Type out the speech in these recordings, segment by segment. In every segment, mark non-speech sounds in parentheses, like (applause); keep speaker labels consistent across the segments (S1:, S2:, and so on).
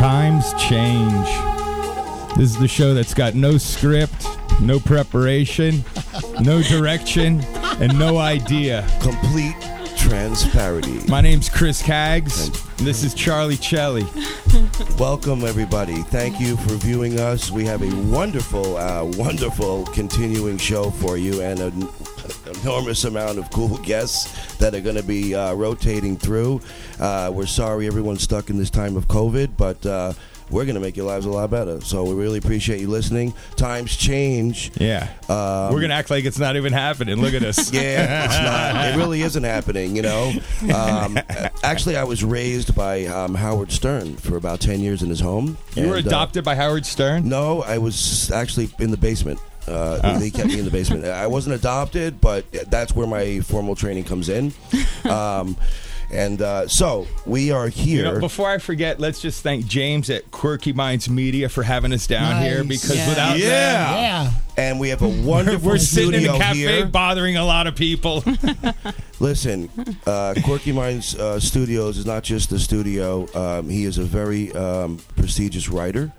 S1: Times change. This is the show that's got no script, no preparation, no direction, and no idea.
S2: Complete transparency.
S1: My name's Chris Kaggs. and This is Charlie Chelly.
S2: Welcome, everybody. Thank you for viewing us. We have a wonderful, uh, wonderful continuing show for you and an enormous amount of cool guests that are going to be uh, rotating through. Uh, we're sorry everyone's stuck in this time of COVID, but. Uh, we're going to make your lives a lot better. So we really appreciate you listening. Times change.
S1: Yeah.
S2: Um,
S1: We're going to act like it's not even happening. Look at us.
S2: (laughs) Yeah, it's not. It really isn't happening, you know. Um, actually, I was raised by um, Howard Stern for about 10 years in his home.
S1: You were
S2: And, uh,
S1: adopted by Howard Stern?
S2: no, I was actually in the basement. Uh,
S1: Ah.
S2: They kept me in the basement. I wasn't adopted, but that's where my formal training
S1: (laughs)
S2: comes in. Um, and uh, so we are
S1: You
S2: here.
S1: know, before I forget, let's just thank James at Quirky Minds Media for having us down here
S3: Nice.
S1: because
S3: Yeah.
S1: without them,
S3: Yeah.
S2: and we have a wonderful
S1: (laughs) we're sitting in
S2: studio
S1: the cafe
S2: here.
S1: bothering a lot of people.
S2: Listen, uh, Quirky Minds uh, Studios is not just the studio. Um, he is a very um, prestigious writer,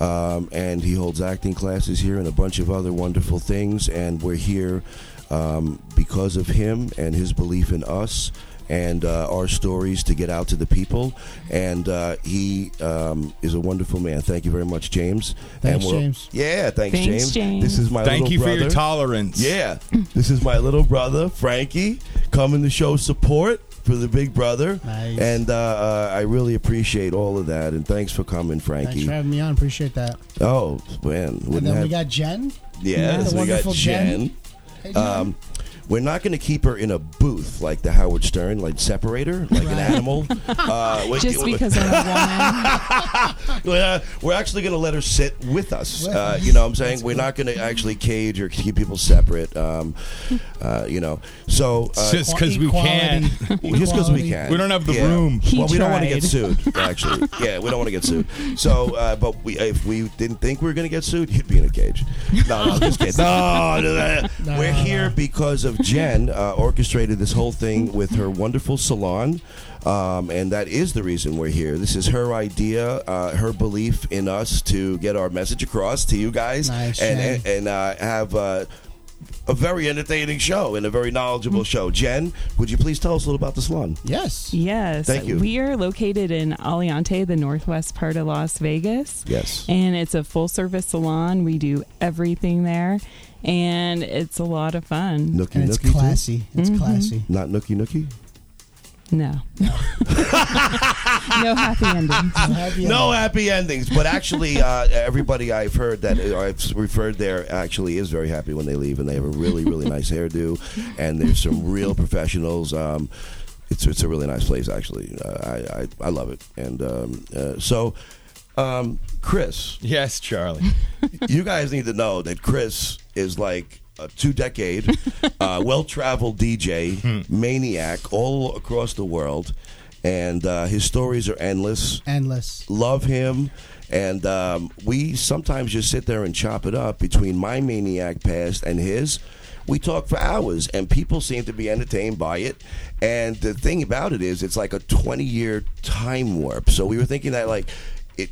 S2: um, and he holds acting classes here and a bunch of other wonderful things. And we're here um, because of him and his belief in us and uh, our stories to get out to the people. And uh, he um, is a wonderful man. Thank you very much, James. and
S3: Thanks,
S2: we're-
S3: James.
S2: Yeah, thanks,
S4: Thanks,
S2: James.
S4: James.
S2: This is my
S1: Thank
S2: little
S1: you for
S2: brother.
S1: your tolerance.
S2: Yeah. This is my little brother, Frankie, coming to show support for the big brother.
S3: Nice.
S2: And uh, uh, I really appreciate all of that. And thanks for coming,
S3: Thanks
S2: Frankie.
S3: for having me on. Appreciate that.
S2: oh, man. wouldn't
S3: And then we
S2: that-
S3: got Jen.
S2: yes,
S3: the
S2: we
S3: wonderful
S2: got Jen.
S3: Jen. Hey, Jen.
S2: Um, we're not going to keep her in a booth like the Howard Stern, like separate her, like an
S3: Right. (laughs)
S2: animal. Uh, we- (laughs)
S4: Just because I'm a woman.
S2: Uh, we're actually going to let her sit with us. Uh, you know what I'm saying? We're not going to actually cage or keep people separate. Um, uh, you know, so uh,
S1: Just because we
S3: Equality.
S1: can.
S2: just because we
S3: Equality.
S2: can.
S1: We don't have the
S2: Yeah.
S1: room.
S4: He
S2: well, we don't want to
S4: tried.
S2: get sued. Actually, yeah, we don't want to get sued. So, uh, but we, if we didn't think we were going to get sued, you'd be in a cage. No, no, just kidding. No, no, no.
S3: No,
S2: we're
S3: no,
S2: here because of Jen uh, orchestrated this whole thing with her wonderful salon. Um, and that is the reason we're here. This is her idea, uh, her belief in us to get our message across to you guys,
S3: Nice,
S2: and
S3: Jen.
S2: and, and uh, have uh, a very entertaining show and a very knowledgeable
S3: Mm.
S2: show. Jen, would you please tell us a little about the salon?
S3: Yes.
S4: Yes.
S2: Thank you.
S4: We are located in Aliante, the northwest part of Las Vegas.
S2: Yes.
S4: And it's a full service salon. We do everything there. And it's a lot of fun.
S2: Nookie
S3: And it's
S2: Nookie too?
S3: classy. It's
S1: Mm-hmm.
S3: classy.
S2: Not Nookie Nookie?
S4: No. (laughs) no happy endings.
S3: I'm happy
S2: No happy endings, but
S3: (laughs)
S2: actually, uh, everybody I've heard that uh, I've referred there actually is very happy when they leave, and they have a really, really nice hairdo, and there's some real professionals. Um, it's it's a really nice place, actually. Uh, I, I I love it, and um, uh, so. Um, Chris,
S1: Yes, Charlie.
S2: you guys need to know that Chris is like a two decade, uh, well traveled DJ, maniac all across the world, and uh, his stories are endless
S3: Endless.
S2: love him. And um, we sometimes just sit there and chop it up between my maniac past and his. We talk for hours, and people seem to be entertained by it. And the thing about it is, it's like a 20 year time warp. So we were thinking that, like, it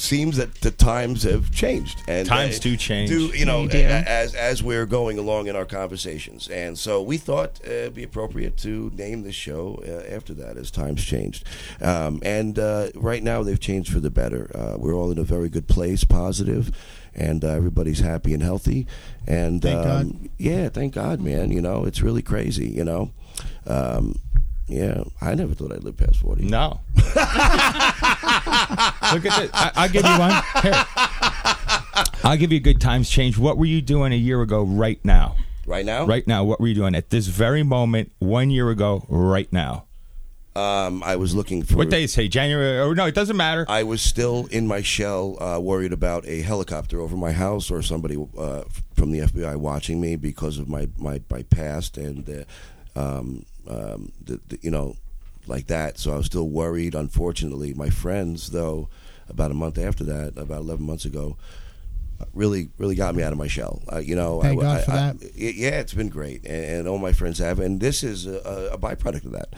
S2: seems that the times have changed. And
S1: Times
S2: uh,
S1: do change.
S2: Do, you know,
S4: They do.
S2: a- as, as we're going along in our conversations. And so we thought uh, it'd be appropriate to name the show uh, after that as times changed. Um, and uh, right now they've changed for the better. Uh, we're all in a very good place, positive, and uh, everybody's happy and healthy. And um,
S3: Thank God.
S2: yeah, thank God, man. You know, it's really crazy, you know. Um, yeah, I never thought I'd live past 40.
S1: No. (laughs) Look at this. I, I'll give you one. Here. I'll give you a good times change. What were you doing a year ago right now?
S2: Right now?
S1: Right now, what were you doing at this very moment one year ago right now?
S2: Um, I was looking for
S1: What day is hey January? Or no, it doesn't matter.
S2: I was still in my shell, uh, worried about a helicopter over my house or somebody uh, f- from the FBI watching me because of my my, my past and uh, um, um, the, the, you know like that. So I was still worried. Unfortunately, my friends though, about a month after that, about eleven months ago. Really, really got me out of my shell. Uh, you know,
S3: Thank
S2: I,
S3: God
S2: I-
S3: for
S2: I-
S3: that.
S2: it, yeah, it's been great, and, and all my friends have. And this is a, a byproduct of that.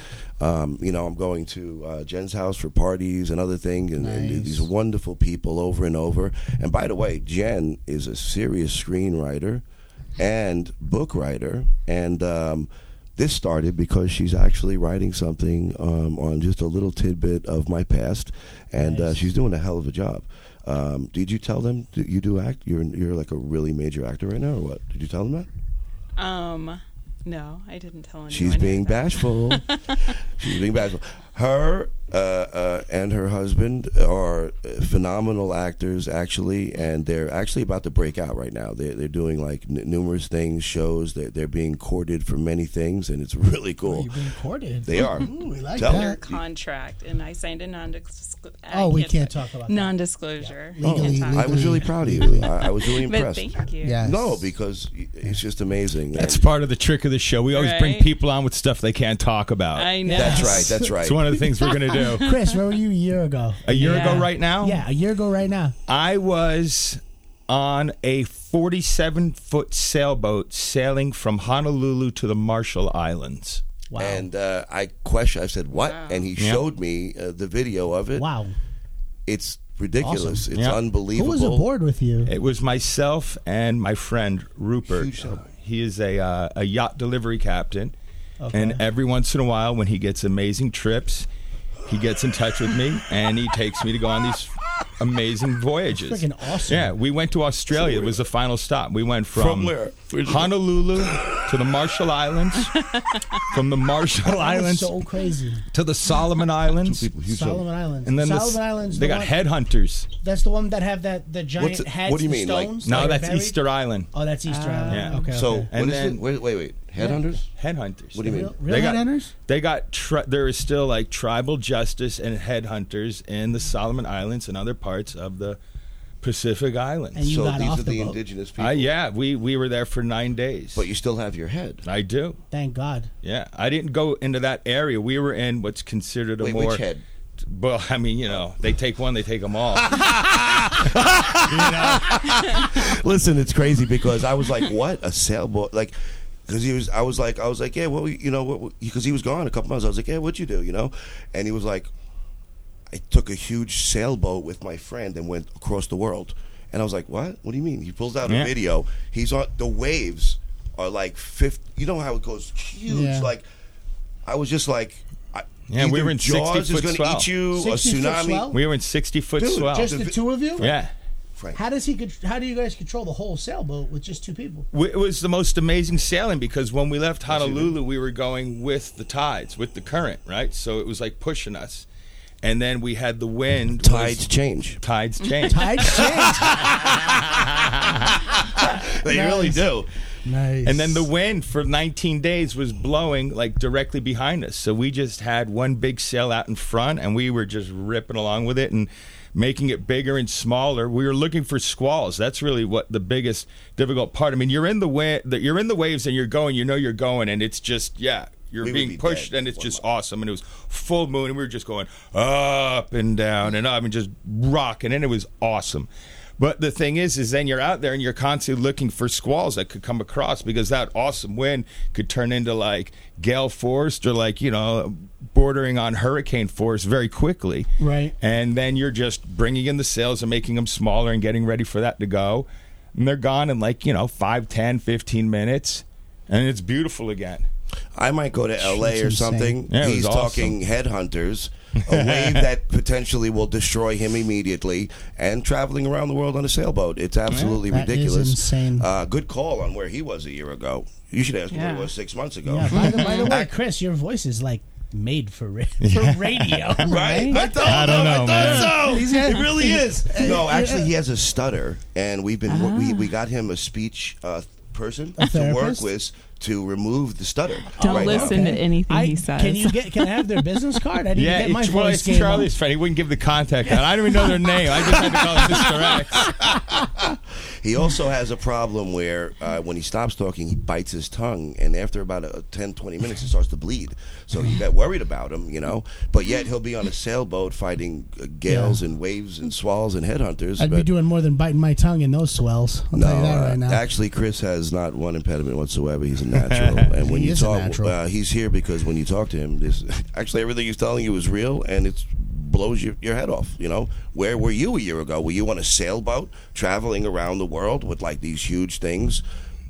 S2: Um, you know, I'm going to uh, Jen's house for parties and other things, and, and these wonderful people over and over. And by the way, Jen is a serious screenwriter and book writer, and um, this started because she's actually writing something um, on just a little tidbit of my past, and uh, she's doing a hell of a job. Um, did you tell them that you do act? You're you're like a really major actor right now, or what? Did you tell them that?
S4: Um, no, I didn't tell anyone.
S2: She's being
S1: (laughs)
S4: that.
S2: bashful. She's being bashful. Her uh, uh, and her husband are phenomenal actors, actually, and they're actually about to break out right now. They're, they're doing like n- numerous things, shows. They're, they're being courted for many things, and it's (laughs) really cool.
S3: You've been courted.
S2: They are.
S3: Ooh, we like
S2: Tell
S3: that.
S4: Under contract, and I signed a non-disclosure.
S3: Oh, we can't talk about that.
S4: non-disclosure.
S1: Oh,
S3: Yeah. Legally,
S4: Can't
S2: I
S4: talk.
S2: was really proud of you. I, I was really
S4: But
S2: impressed.
S4: thank you.
S3: Yes.
S2: No, because it's just amazing.
S1: That's part of the trick of the show. We always bring
S4: Right.
S1: people on with stuff they can't talk about.
S4: I know.
S2: That's right. That's right.
S1: It's one of the things we're going to do.
S4: (laughs)
S3: Chris, where were you a year ago?
S1: A year
S4: Yeah.
S1: ago, right now,
S3: Yeah, a year ago right now.
S1: I was on a 47 foot sailboat sailing from Honolulu to the Marshall Islands.
S3: Wow.
S2: And uh, I question. I said, "What?" And he
S1: Yeah.
S2: showed me uh, the video of it.
S3: wow.
S2: It's ridiculous.
S3: Awesome.
S2: It's
S1: Yeah.
S3: Who
S2: unbelievable.
S3: was aboard with you?
S1: It was myself and my friend Rupert. He is a uh, a yacht delivery captain, and every once in a while, when he gets amazing trips, he gets in touch with me and he takes me to go on these amazing voyages.
S3: Freaking awesome.
S1: Yeah, we went to Australia. It was the final stop. We went from,
S2: From where?
S1: Honolulu to the Marshall Islands,
S3: (laughs)
S1: from the Marshall Islands
S3: so crazy.
S1: to the Solomon Islands.
S3: Solomon Islands.
S1: And then the s-
S3: Solomon Islands.
S1: they
S3: the
S1: got
S3: one-
S1: headhunters.
S3: That's the one that have that the giant
S2: What's it-
S3: heads.
S2: what do you
S3: the
S2: mean, like-
S3: Stones.
S1: No,
S3: that are
S1: that's
S3: buried?
S1: Easter Island.
S3: Oh, that's Easter Island.
S1: Yeah.
S3: Okay.
S2: So
S3: okay.
S1: And
S2: what is
S1: then-
S2: it? Wait, wait, wait. Headhunters?
S1: Headhunters.
S2: What do you mean?
S3: Real
S1: got-
S3: headhunters?
S1: They got tri- there is still like tribal justice and headhunters in the Solomon Islands and other parts of the Pacific
S3: And
S1: Islands.
S3: you
S2: so
S3: got
S2: these
S3: off
S2: are
S3: the
S2: the
S3: boat.
S2: indigenous people.
S1: Uh, yeah, we we were there for nine days.
S2: But you still have your head.
S1: I do.
S3: Thank God.
S1: Yeah, I didn't go into that area. We were in what's considered a
S2: Wait,
S1: more.
S2: which head?
S1: Well, I mean, you know, they take one, they take them
S2: (laughs)
S1: all.
S2: Listen, it's crazy because I was like, "What a sailboat!" Like, because he was, I was like, I was like, "Yeah, well, you know, what?" Because he was gone a couple months. I was like, "Yeah, what'd you do?" You know, and he was like, "I took a huge sailboat with my friend and went across the world." And I was like, "What? What do you mean?" He pulls out
S1: Yeah.
S2: a video. He's on the waves are like fifth. You know how it goes huge.
S3: Yeah.
S2: Like, I was just like, I,
S1: Yeah, we
S2: either
S1: were in 60
S2: Jaws is
S1: foot
S2: going to
S1: swell.
S2: eat you. A
S3: 60 foot swell?
S2: tsunami.
S1: we were in sixty foot
S2: Dude,
S1: swell.
S3: Just
S2: the
S3: the
S2: vi-
S3: two of you?
S1: yeah.
S2: Frank.
S3: How does he? con- How do you guys control the whole sailboat with just two
S2: (laughs)
S3: people?
S1: W- It was the most amazing sailing because when we left Honolulu, we were going with the tides, with the current, right? So it was like pushing us. And then we had the wind.
S2: Tides
S1: was-
S2: change.
S1: Tides
S2: (laughs)
S1: change.
S3: I changed.
S1: (laughs)
S2: They really do.
S3: nice.
S1: And then the wind for 19 days was blowing like directly behind us. So we just had one big sail out in front and we were just ripping along with it and making it bigger and smaller. We were looking for squalls. That's really what the biggest difficult part. I mean, you're in the wa- the- you're in the waves and you're going, you know you're going and it's just yeah, you're
S2: We would
S1: being
S2: be
S1: pushed
S2: dead
S1: and it's
S2: one
S1: just
S2: mile.
S1: awesome and it was full moon and we were just going up and down and up and just rocking and it was awesome. But the thing is, is then you're out there and you're constantly looking for squalls that could come across because that awesome wind could turn into like gale force or like, you know, bordering on hurricane force very quickly.
S3: Right.
S1: And then you're just bringing in the sails and making them smaller and getting ready for that to go. And they're gone in like, you know, 5, 10, 15 minutes. And it's beautiful again.
S2: I might go to LA or
S3: That's
S2: something.
S1: Yeah, it was
S2: He's
S1: awesome.
S2: talking headhunters,
S1: (laughs)
S2: a wave that potentially will destroy him immediately, and traveling around the world on a sailboat. It's absolutely
S3: That is
S2: ridiculous.
S3: insane.
S2: Uh, good call on where he was a year ago. You should ask him where
S4: Yeah.
S2: he was six months ago.
S3: Yeah,
S2: (laughs)
S3: by, the, by the way, Chris, your voice is like made for ra- for radio.
S2: (laughs) Right? I thought,
S1: I don't know,
S2: I
S3: (laughs)
S2: thought
S3: He's
S2: so.
S3: had- Ah.
S2: It really is. No, actually, he has a stutter, and we've been we, we got him a speech uh, person
S3: A
S2: to work
S3: therapist?
S2: with to remove the stutter.
S4: Don't
S2: right now.
S4: listen to anything
S3: I,
S4: he says.
S3: Can you get? Can I have their business card? I need
S1: Yeah,
S3: to get my
S1: it's, well,
S3: voice
S1: it's
S3: game up.
S1: Charlie's friend. He wouldn't give the contact out. I don't even
S3: (laughs)
S1: know their name. I just had to call him Mr. X.
S2: He also has a problem where uh, when he stops talking, he bites his tongue, and after about a, 10, 20 minutes, it starts to bleed. So you got worried about him, you know. But yet he'll be on a sailboat fighting uh, gales and waves and swallows and headhunters.
S3: I'd be
S2: but
S3: doing more than biting my tongue in those swells. I'll
S2: no,
S3: tell you that right
S2: uh,
S3: now.
S2: actually, Chris has not one impediment whatsoever. He's a
S3: (laughs)
S2: natural, and when
S3: He
S2: you
S3: is a
S2: talk,
S3: natural.
S2: uh, he's here because when you talk to him, this (laughs) actually everything he's telling you is real, and it's blows your, your head off you know where were you a year ago were you on a sailboat traveling around the world with like these huge things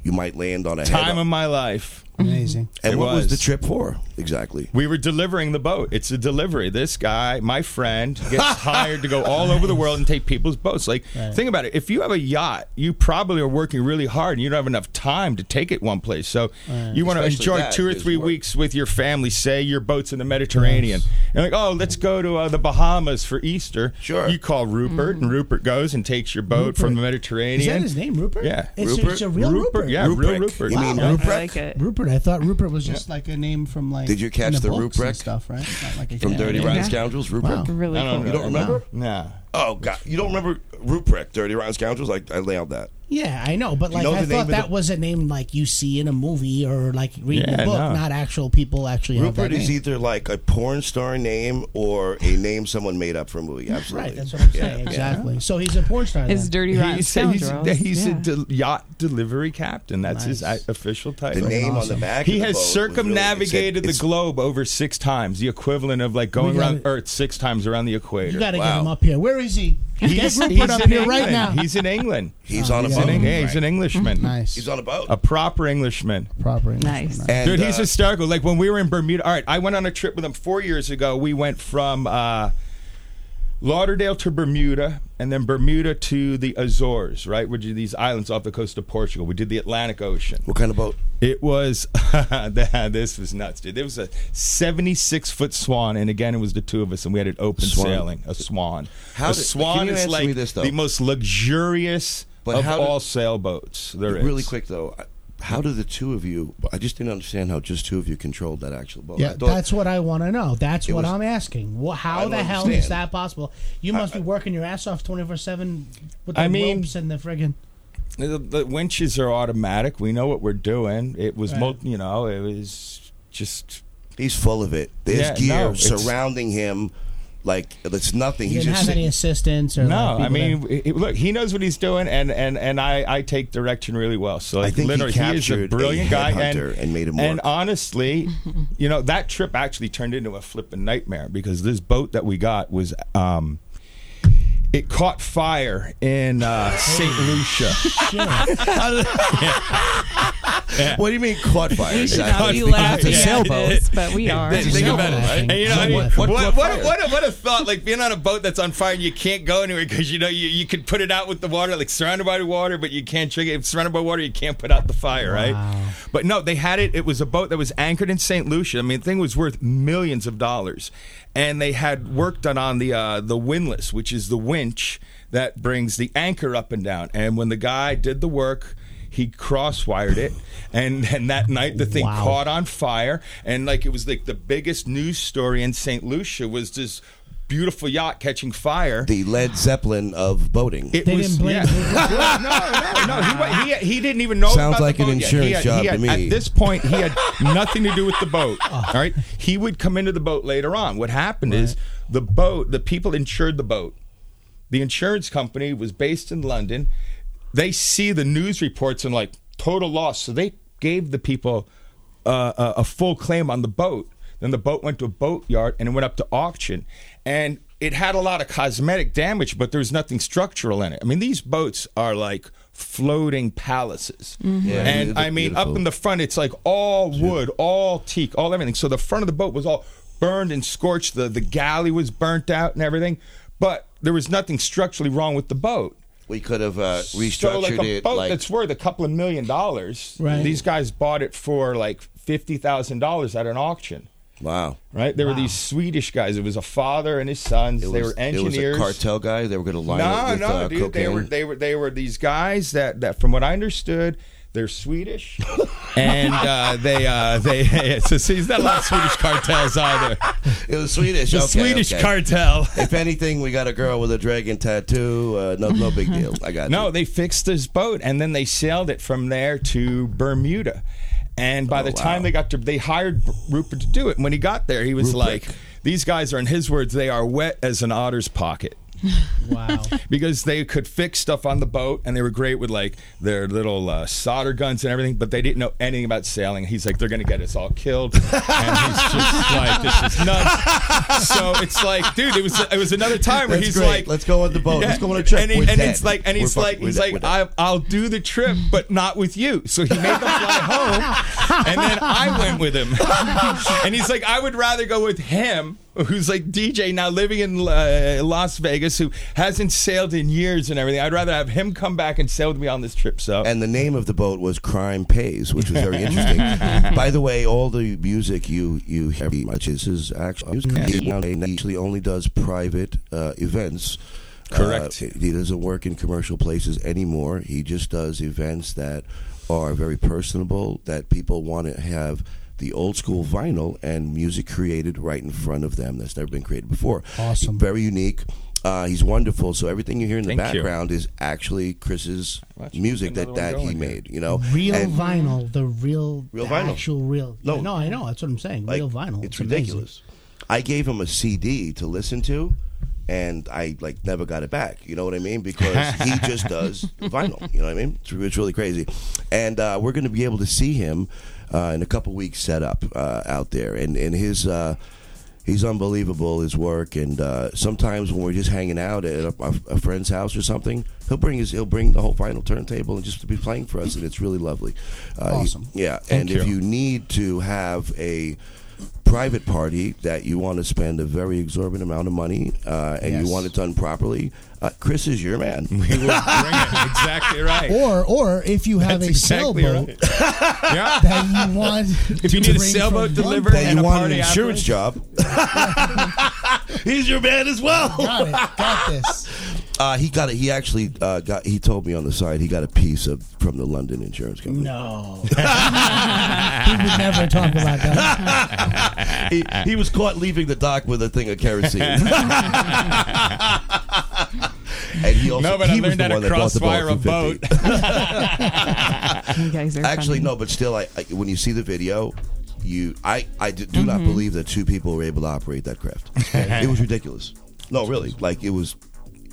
S2: you might land on a head
S1: Time of my life.
S3: Amazing.
S2: and
S1: It
S2: what was.
S1: was.
S2: the trip for exactly
S1: We were delivering the boat. It's a delivery. This guy, my friend,
S3: (laughs)
S1: gets hired to go all over the world and take people's boats. Like, think about it. If you have a yacht, you probably are working really hard and you don't have enough time to take it one place. So you want to
S2: Especially
S1: enjoy
S2: that
S1: two or
S2: is
S1: three
S2: work.
S1: weeks with your family. Say your boat's in the Mediterranean. And like, oh, let's go to uh, the Bahamas for Easter.
S2: Sure.
S1: You call Rupert and Rupert goes and takes your boat from the Mediterranean.
S3: Mm-hmm. Is that his name, Rupert?
S1: Yeah.
S3: It's,
S2: Rupert?
S3: it's a real Rupert.
S1: Rupert, yeah, real
S2: Ruprecht.
S1: Rupert.
S2: you mean
S4: I
S2: Ruprecht?
S4: like it.
S3: Rupert. I thought Rupert was just like a name from like.
S2: Did you catch
S3: in
S2: the
S3: books and
S2: Ruprecht?
S3: stuff? Right. Not like a
S2: from
S3: yeah.
S2: dirty
S3: Yeah.
S2: rotten
S4: Yeah.
S2: scoundrels Ruprecht?
S3: Wow.
S4: Really
S1: I don't
S4: cool.
S1: know.
S2: you don't remember
S1: Nah.
S2: oh god you don't remember Ruprecht, dirty rotten scoundrels like i nailed that
S3: Yeah, I know, but like
S2: know
S3: I
S2: the name of
S3: thought
S2: the-
S3: that was a name like you see in a movie or like reading
S1: Yeah,
S3: a book,
S1: no.
S3: not actual people actually. have
S2: Rupert
S3: that
S2: is
S3: name.
S2: either like a porn star name or a name someone made up for a movie. Absolutely.
S3: Right, that's what I'm saying.
S2: Yeah,
S3: exactly. So he's a porn star.
S4: It's
S3: then.
S4: dirty rotten
S1: He's, he's,
S4: scoundrels.
S1: he's
S4: Yeah.
S1: a del- yacht delivery captain. That's his
S3: Nice.
S1: his official
S2: The
S1: title.
S2: name on
S3: awesome.
S2: the back.
S1: He
S2: of the
S1: has
S2: boat was really- it said-
S1: circumnavigated
S2: it's-
S1: the globe over six times, the equivalent of like going
S3: We
S1: around
S3: gotta-
S1: Earth six times around the equator.
S3: You got to get
S2: Wow.
S3: him up here. Where is he? Get Rupert up
S1: in
S3: here right
S1: England.
S3: now.
S1: He's in England.
S2: He's on a
S3: he's
S1: He's
S2: boat.
S1: an Eng- yeah, he's an Englishman.
S3: nice.
S2: He's on a boat.
S1: A proper Englishman.
S3: proper.
S4: Nice.
S3: Englishman.
S2: And,
S1: Dude, he's
S2: uh,
S1: hysterical. Like when we were in Bermuda. All right, I went on a trip with him four years ago. We went from uh, Lauderdale to Bermuda, and then Bermuda to the Azores. Right, which are these islands off the coast of Portugal. We did the Atlantic Ocean.
S2: what kind of boat?
S1: It was (laughs) this was nuts, dude. There was a seventy-six foot swan, and again, it was the two of us, and we had it open
S2: Swan.
S1: sailing. A swan.
S2: How
S1: a
S2: did- can
S1: swan
S2: you
S1: is
S2: answer
S1: like
S2: me this, though?
S1: the most luxurious
S2: But
S1: of
S2: how did-
S1: all sailboats. There is
S2: Really quick though, how do the two of you? I just didn't understand how just two of you controlled that actual boat.
S3: Yeah,
S2: I thought-
S3: that's what I want to know. That's what
S2: was-
S3: I'm asking. Well,
S2: I
S3: how
S2: don't
S3: the hell is
S2: understand.
S3: that possible? You must be working your ass off 24 seven with the
S1: I mean-
S3: ropes and the friggin'.
S1: The, the winches are automatic. We know what we're doing. It was, mul- you know, it was just
S2: he's full of it. There's
S1: Yeah,
S2: gear
S1: no, it's-
S2: surrounding him, like it's nothing.
S3: You
S2: he's
S3: didn't
S2: just
S3: have any
S2: sitting-
S3: assistants or
S1: no.
S3: like,
S1: I
S3: people that-
S1: mean, he- look, he knows what he's doing, and and and I I take direction really well. So like,
S2: think he
S1: literally, he, is
S2: captured
S1: a
S2: a
S1: brilliant guy, and,
S2: headhunter and made him work. (laughs)
S1: honestly, you know, that trip actually turned into a flipping nightmare because this boat that we got was. um it caught fire in uh, St. Lucia.
S2: What do you mean caught fire?
S4: We should not
S2: Exactly.
S4: be
S1: Because
S4: laughing
S1: the
S4: at
S1: sailboat.
S3: (laughs)
S4: this, but we are.
S1: Think
S3: Think
S1: about it.
S3: about it.
S1: And you know, I mean,
S3: What-
S1: what,
S3: what-
S1: what,
S2: what
S1: what,
S2: fire?
S1: a, what, a, thought! Like being on a boat that's on fire and you can't go anywhere because you know you, you could put it out with the water, like surrounded by the water, but you can't trigger. If surrounded by water, you can't put out the fire,
S3: Wow.
S1: right? But no, they had it. It was a boat that was anchored in St. Lucia. I mean, the thing was worth millions of dollars, and they had work done on the uh, the windlass, which is the winch that brings the anchor up and down. And when the guy did the work. He crosswired it, and and that night the thing
S3: Wow.
S1: caught on fire, and like it was like the biggest news story in St. Lucia was this beautiful yacht catching fire.
S2: the Led Zeppelin of boating.
S1: It
S3: They didn't blame-
S1: Yeah. (laughs) no, no, no. He, wa- he, he didn't even know.
S2: Sounds
S1: about
S2: like
S1: the
S2: an
S1: boat yet. He
S2: insurance
S1: had-
S2: job
S1: he
S2: to
S1: had-
S2: me.
S1: At this point, he had nothing to do with the boat. All right, he would come into the boat later on. What happened is the boat. The people insured the boat. The insurance company was based in London. They see the news reports and like total loss, so they gave the people uh, a, a full claim on the boat. Then the boat went to a boatyard and it went up to auction, and it had a lot of cosmetic damage, but there was nothing structural in it. I mean, these boats are like floating palaces,
S2: Mm-hmm. Yeah, they
S1: and
S2: look
S1: I mean, up
S2: beautiful.
S1: in the front, it's like all wood, all teak, all everything. So the front of the boat was all burned and scorched. The the galley was burnt out and everything, but there was nothing structurally wrong with the boat.
S2: we could have uh,
S1: so
S2: restructured
S1: like a
S2: it
S1: boat
S2: like
S1: that's worth a couple of million dollars.
S3: Right.
S1: These guys bought it for like fifty thousand dollars at an auction.
S2: wow.
S1: Right? There were these Swedish guys. It was a father and his sons.
S2: It
S1: they
S2: was-
S1: were engineers.
S2: It was a cartel guy. They were going to line
S1: No,
S2: up with
S1: no,
S2: uh,
S1: dude.
S2: cocaine.
S1: They were they were they were these guys that that from what I understood, They're Swedish, (laughs) and uh, they uh, they. (laughs) So see, there's not a lot of Swedish cartels either.
S2: It was Swedish.
S1: The
S2: okay,
S1: Swedish
S2: okay.
S1: cartel.
S2: If anything, we got a girl with a dragon tattoo. Uh, no,
S1: (laughs)
S2: no big deal. I got
S1: No,
S2: you.
S1: they fixed this boat and then they sailed it from there to Bermuda. And by the time they got to, they hired Rupert to do it. And when he got there, he was like, "These guys are, in his words, they are wet as an otter's pocket." (laughs)
S3: Wow.
S1: because they could fix stuff on the boat and they were great with like their little uh, solder guns and everything, but they didn't know anything about sailing. He's like, they're going to get us all killed. And he's just like, this is nuts. So it's like, dude, it was it was another time where
S2: That's
S1: he's
S2: great.
S1: like,
S2: Let's go on the boat.
S1: Yeah.
S2: Let's go on a trip.
S1: And, he-
S2: We're
S1: and
S2: dead.
S1: it's like, and
S2: We're
S1: he's
S2: fuck-
S1: like,
S2: we're
S1: he's
S2: dead.
S1: like,
S2: We're dead.
S1: I, I'll do the trip, but not with you. So he made them fly
S3: (laughs)
S1: home, and then I went with him. (laughs) and he's like, I would rather go with him, who's like DJ now living in uh, Las Vegas, who hasn't sailed in years and everything. I'd rather have him come back and sail with me on this trip. So
S2: And the name of the boat was Crime Pays, which was very interesting.
S1: (laughs)
S2: By the way, all the music you you hear pretty much is his actual music. He now actually only does private uh, events.
S1: Correct.
S2: Uh, he doesn't work in commercial places anymore. He just does events that are very personable that people want to have the old school vinyl and music created right in front of them that's never been created before.
S3: Awesome.
S2: Very unique. Uh, he's wonderful. So everything you hear in the
S1: Thank you.
S2: background is actually Chris's
S1: Watch,
S2: music
S1: another one
S2: that, that he
S1: going here.
S2: made, you know.
S3: Real
S2: And
S3: vinyl, the real,
S2: Real
S3: the
S2: vinyl.
S3: actual real.
S2: No.
S3: no, I know. That's what I'm saying.
S2: like,
S3: real vinyl.
S2: It's
S3: amazing.
S2: ridiculous. I gave him a CD to listen to, and I like never got it back. You know what I mean?
S3: (laughs)
S2: Because he just does vinyl. You know what I mean? It's, it's really crazy. And uh, we're going to be able to see him uh, in a couple weeks set up uh, out there, and and his. Uh, He's unbelievable, his work, and uh, sometimes when we're just hanging out at a, a friend's house or something, he'll bring his he'll bring the whole final turntable and just to be playing for us, and it's really lovely. Uh, he-
S3: Awesome.
S2: yeah, and
S1: Thank
S2: if
S1: you.
S2: you need to have a private party that you want to spend a very exorbitant amount of money uh, and
S3: Yes.
S2: you want it done properly, uh, Chris is your
S1: (laughs)
S2: man.
S1: he
S2: (laughs)
S1: will bring it. Exactly right.
S3: Or, or if you have
S1: That's
S3: a
S1: exactly
S3: sailboat
S1: right.
S3: (laughs)
S1: Yeah.
S3: that you want,
S1: (laughs) If you
S3: to
S1: need a
S3: bring
S1: sailboat
S3: from one
S1: delivered-
S2: that
S1: And
S2: you
S1: a
S2: want an
S1: party
S2: insurance
S1: afterwards?
S2: job. (laughs) He's your man as well.
S1: (laughs)
S3: Got it. Got this.
S2: Uh, he got it. He actually uh, got. He told me on the side he got a piece of from the London insurance company.
S3: No. we would never talk
S2: (laughs)
S3: about that.
S2: (laughs) he, he was caught leaving the dock with a thing
S1: (laughs)
S2: of kerosene. (laughs) and he also
S1: No, but I
S2: he was
S1: learned
S2: the
S1: how to
S2: one that bought the
S1: crossfire a
S2: 250.
S1: boat.
S4: You guys are
S2: Actually,
S4: funny.
S2: no, but still, I, I when you see the video, you I I d- do not believe that two people were able to operate that craft. it was ridiculous. No, really, like it was.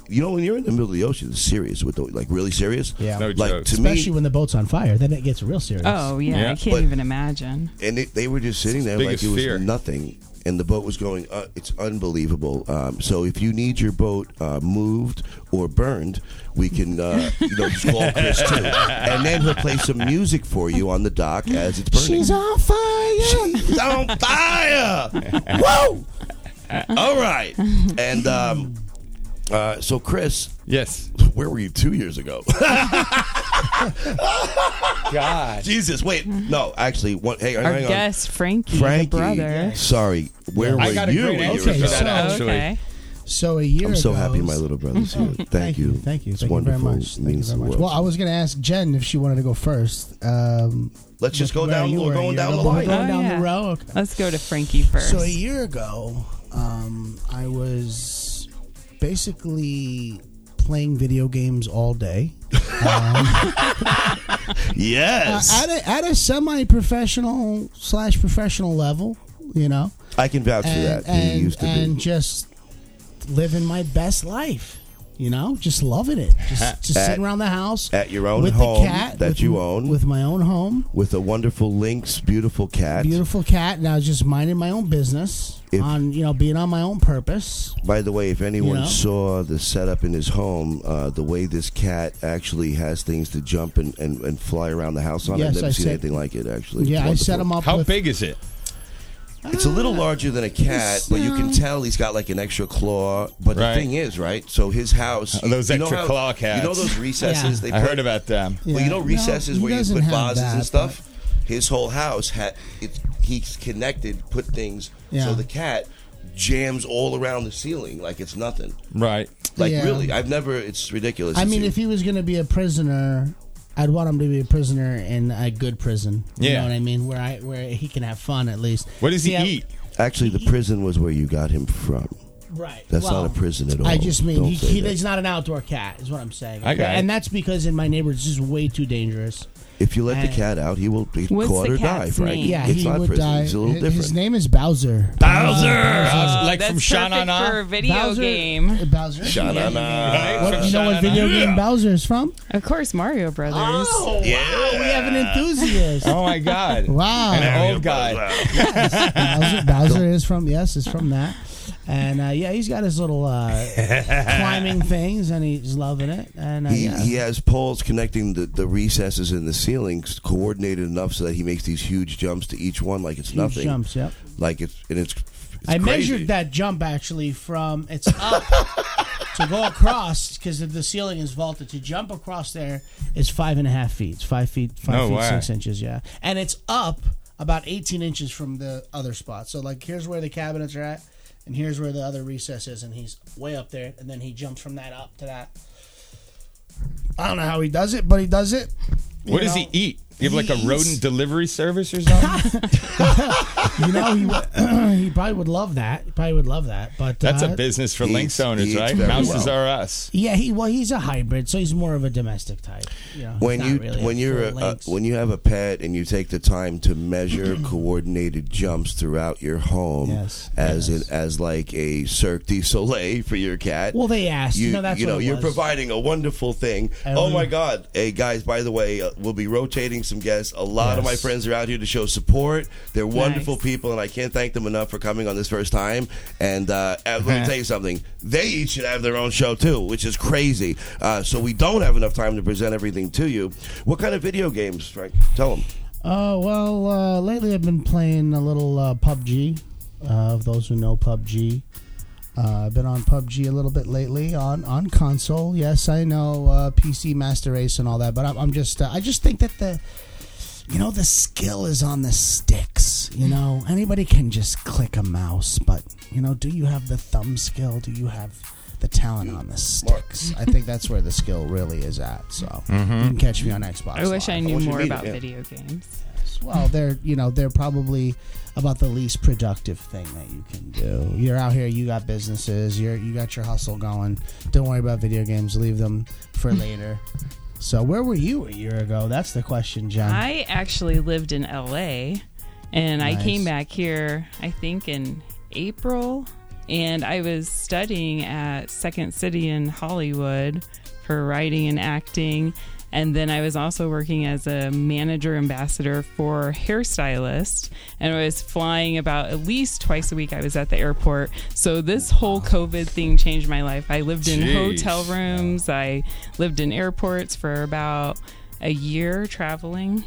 S2: You know, when you're in the middle of the ocean, it's serious with the, like really serious.
S3: Yeah. No
S2: like
S1: joke.
S2: to
S3: Especially
S2: me,
S3: when the boat's on fire, then it gets real serious.
S4: Oh yeah,
S1: Yeah.
S4: I can't
S2: But-
S4: even imagine.
S2: and they, they were just sitting there like
S1: biggest
S2: it was
S1: fear.
S2: nothing and the boat was going uh, it's unbelievable um, so if you need your boat uh, moved or burned we can uh, you know just call
S1: (laughs)
S2: chris too and then he'll play some music for you on the dock as it's burning
S3: She's on fire.
S2: She's on
S3: (laughs)
S2: fire whoa all right and um, uh, so chris
S1: yes.
S2: where were you two years ago (laughs)
S1: God.
S2: jesus wait no actually one, hey
S4: Our
S2: hang on
S4: guest Frankie,
S2: frankie
S4: the brother. Oh,
S2: sorry where were
S1: I got a
S2: you
S1: great
S2: a year
S1: answer
S2: ago?
S1: for that,
S3: so-
S1: actually.
S4: Okay.
S3: So a year
S2: I'm so
S3: ago-
S2: happy my little brother's here. Thank, you.
S3: Thank you.
S2: It's
S3: thank
S2: wonderful.
S3: you very much.
S2: It
S3: Thank you
S2: means
S3: very
S2: the
S3: much.
S2: world.
S3: Well, I was going to ask Jen if she wanted to go first. Um,
S2: Let's just go
S3: where
S2: down-
S3: you
S2: we're
S3: were.
S2: going
S3: You're
S2: down the
S3: we're
S2: line.
S3: going
S4: Oh,
S3: down
S4: yeah.
S3: the row. Okay.
S4: Let's go to Frankie first.
S3: So a year ago, um, I was basically playing video games all day uh,
S2: yes,
S3: at a, at a semi-professional slash professional level. You know,
S2: I can vouch for
S3: and
S2: that. he
S3: and,
S2: used to
S3: and
S2: be.
S3: just living my best life. You know, just loving it.
S2: (laughs)
S3: Just, just
S2: At-
S3: sitting around the house
S2: at your own
S3: with
S2: home
S3: the cat
S2: that
S3: with-
S2: you own.
S3: with my own home,
S2: with a wonderful Lynx, beautiful cat.
S3: beautiful cat, and I was just minding my own business
S2: If-
S3: on you know being on my own purpose.
S2: By the way, if anyone
S3: You know?
S2: saw the setup in his home, uh, the way this cat actually has things to jump and, and, and fly around the house on,
S3: Yes,
S2: I've never
S3: I
S2: seen
S3: set-
S2: anything like it. Actually, It's
S3: Yeah, I set
S2: wonderful.
S3: him up.
S1: How
S3: with,
S1: big is it?
S2: It's a little larger than a cat, but you can tell he's got like an extra claw. But
S1: Right.
S2: the thing is, right? So his house,
S1: Uh, those
S2: you know
S1: extra
S2: how-
S1: claw
S2: You know
S1: cats.
S2: those recesses they
S1: I
S2: put-
S1: heard about them.
S3: Yeah.
S2: Well, you know
S3: No,
S2: recesses
S3: he
S2: where you
S3: doesn't
S2: put
S3: have
S2: vases and
S3: that,
S2: stuff. His whole house had it's he's connected, put things so
S3: Yeah.
S2: the cat jams all around the ceiling like it's nothing.
S1: Right.
S2: Like
S3: Yeah.
S2: really, I've never. It's ridiculous.
S3: I
S2: to
S3: mean,
S2: see.
S3: if he was going to be a prisoner I'd want him to be a prisoner in a good prison. You
S1: Yeah.
S3: know what I mean? Where I where he can have fun at least.
S1: What does he
S3: Yeah,
S1: eat?
S2: Actually, the prison was where you got him from.
S3: Right.
S2: That's
S3: well,
S2: not a prison at all.
S3: I just mean
S2: Don't
S3: he,
S2: say
S3: he
S2: that.
S3: he's not an outdoor cat is what I'm saying.
S1: I got it.
S3: and that's because in my neighborhood it's just way too dangerous.
S2: If you let the
S3: Eh.
S2: cat out, he will be
S4: What's
S2: caught
S4: the
S2: or die,
S4: cat's
S2: Frank.
S4: name?
S3: Yeah,
S2: it's
S3: he
S2: not
S3: would
S2: prison.
S3: die.
S2: It's a little
S3: His-
S2: different.
S3: His name is Bowser.
S1: Bowser!
S3: Bowser.
S1: like
S4: Uh, That's
S1: from Sha Na
S4: perfect
S1: Na?
S4: for a video
S3: Bowser-
S4: game.
S3: Bowser.
S2: Sha-na-na.
S3: What, you know what video game Bowser is from?
S4: Of course, Mario Brothers.
S3: Oh, wow, we have an enthusiast.
S1: Oh my god!
S2: (laughs)
S3: Wow.
S1: An old guy.
S3: Bowser, Bowser is from yes, is from that, and uh, yeah, he's got his little uh,
S2: (laughs)
S3: climbing things, and he's loving it. And uh,
S2: He,
S3: yeah.
S2: he has poles connecting the, the recesses in the ceilings, coordinated enough so that he makes these huge jumps to each one like it's
S3: Huge
S2: nothing.
S3: jumps, yep.
S2: Like it's and it's. it's
S3: I
S2: crazy.
S3: measured that jump actually from it's up to go across because the ceiling is vaulted. To jump across there is five and a half feet. It's five feet, five
S1: No
S3: feet
S1: way.
S3: six inches. Yeah, and it's up about eighteen inches from the other spot. So like here's where the cabinets are at, and here's where the other recess is, and he's way up there, and then he jumps from that up to that. I don't know how he does it, but he does it.
S1: What
S3: You
S1: does he
S3: know?
S1: eat? You have like a
S3: He
S1: rodent
S3: eats-
S1: delivery service or
S3: (laughs)
S1: something?
S3: You know, he, would- (clears throat) he probably would love that. He probably would love that. But
S1: That's
S3: uh,
S1: a business for
S2: He
S1: Lynx
S2: eats- he
S1: owners,
S2: eats
S1: right?
S2: very
S1: Mouses
S2: well.
S1: are us.
S3: Yeah, he well, he's a hybrid, so he's more of a domestic type. You know, he's
S2: when
S3: not
S2: you
S3: really
S2: when
S3: a
S2: you're
S3: full
S2: a, uh,
S3: lynx.
S2: when you have a pet and you take the time to measure
S3: (clears throat)
S2: coordinated jumps throughout your home
S3: Yes,
S2: as
S3: yes.
S2: in as like a Cirque du Soleil for your cat.
S3: Well, they asked.
S2: You,
S3: No, that's
S2: you
S3: what
S2: know
S3: it
S2: you're
S3: was.
S2: providing a wonderful thing.
S3: I
S2: oh my
S3: remember-
S2: God! Hey guys, by the way, uh, we'll be rotating some guests. A lot of
S3: Yes.
S2: my friends are out here to show support. They're wonderful
S4: Nice.
S2: people, and I can't thank them enough for coming on this first time. And uh, uh, let me
S3: (laughs)
S2: tell you something: they each should have their own show too, which is crazy. Uh, so we don't have enough time to present everything to you. What kind of video games, Frank? Tell them.
S3: Oh well, uh, lately I've been playing a little uh, PUBG. Uh, of those who know PUBG, uh, I've been on PUBG a little bit lately on on console. Yes, I know uh, PC Master Race and all that, but I'm, I'm just uh, I just think that the you know the skill is on the sticks. You know anybody can just click a mouse, but you know do you have the thumb skill? Do you have the talent on the sticks? I think that's where the skill really is at. So you can catch me on Xbox.
S4: I wish I
S3: Live.
S4: knew
S2: wish you
S4: more
S2: made it,
S4: about
S2: yeah.
S4: video games.
S3: Well, they're you know they're probably about the least productive thing that you can do. You're out here, you got businesses, you're you got your hustle going. Don't worry about video games. Leave them
S4: (laughs)
S3: for later. So where were you a year ago? That's the question, John.
S4: I actually lived in LA and I
S3: Nice.
S4: came back here, I think, in April. And I was studying at Second City in Hollywood for writing and acting. And then I was also working as a manager ambassador for hairstylist. And I was flying about at least twice a week. I was at the airport. So this whole COVID thing changed my life. I lived in
S1: Jeez.
S4: hotel rooms, I lived in airports for about a year traveling.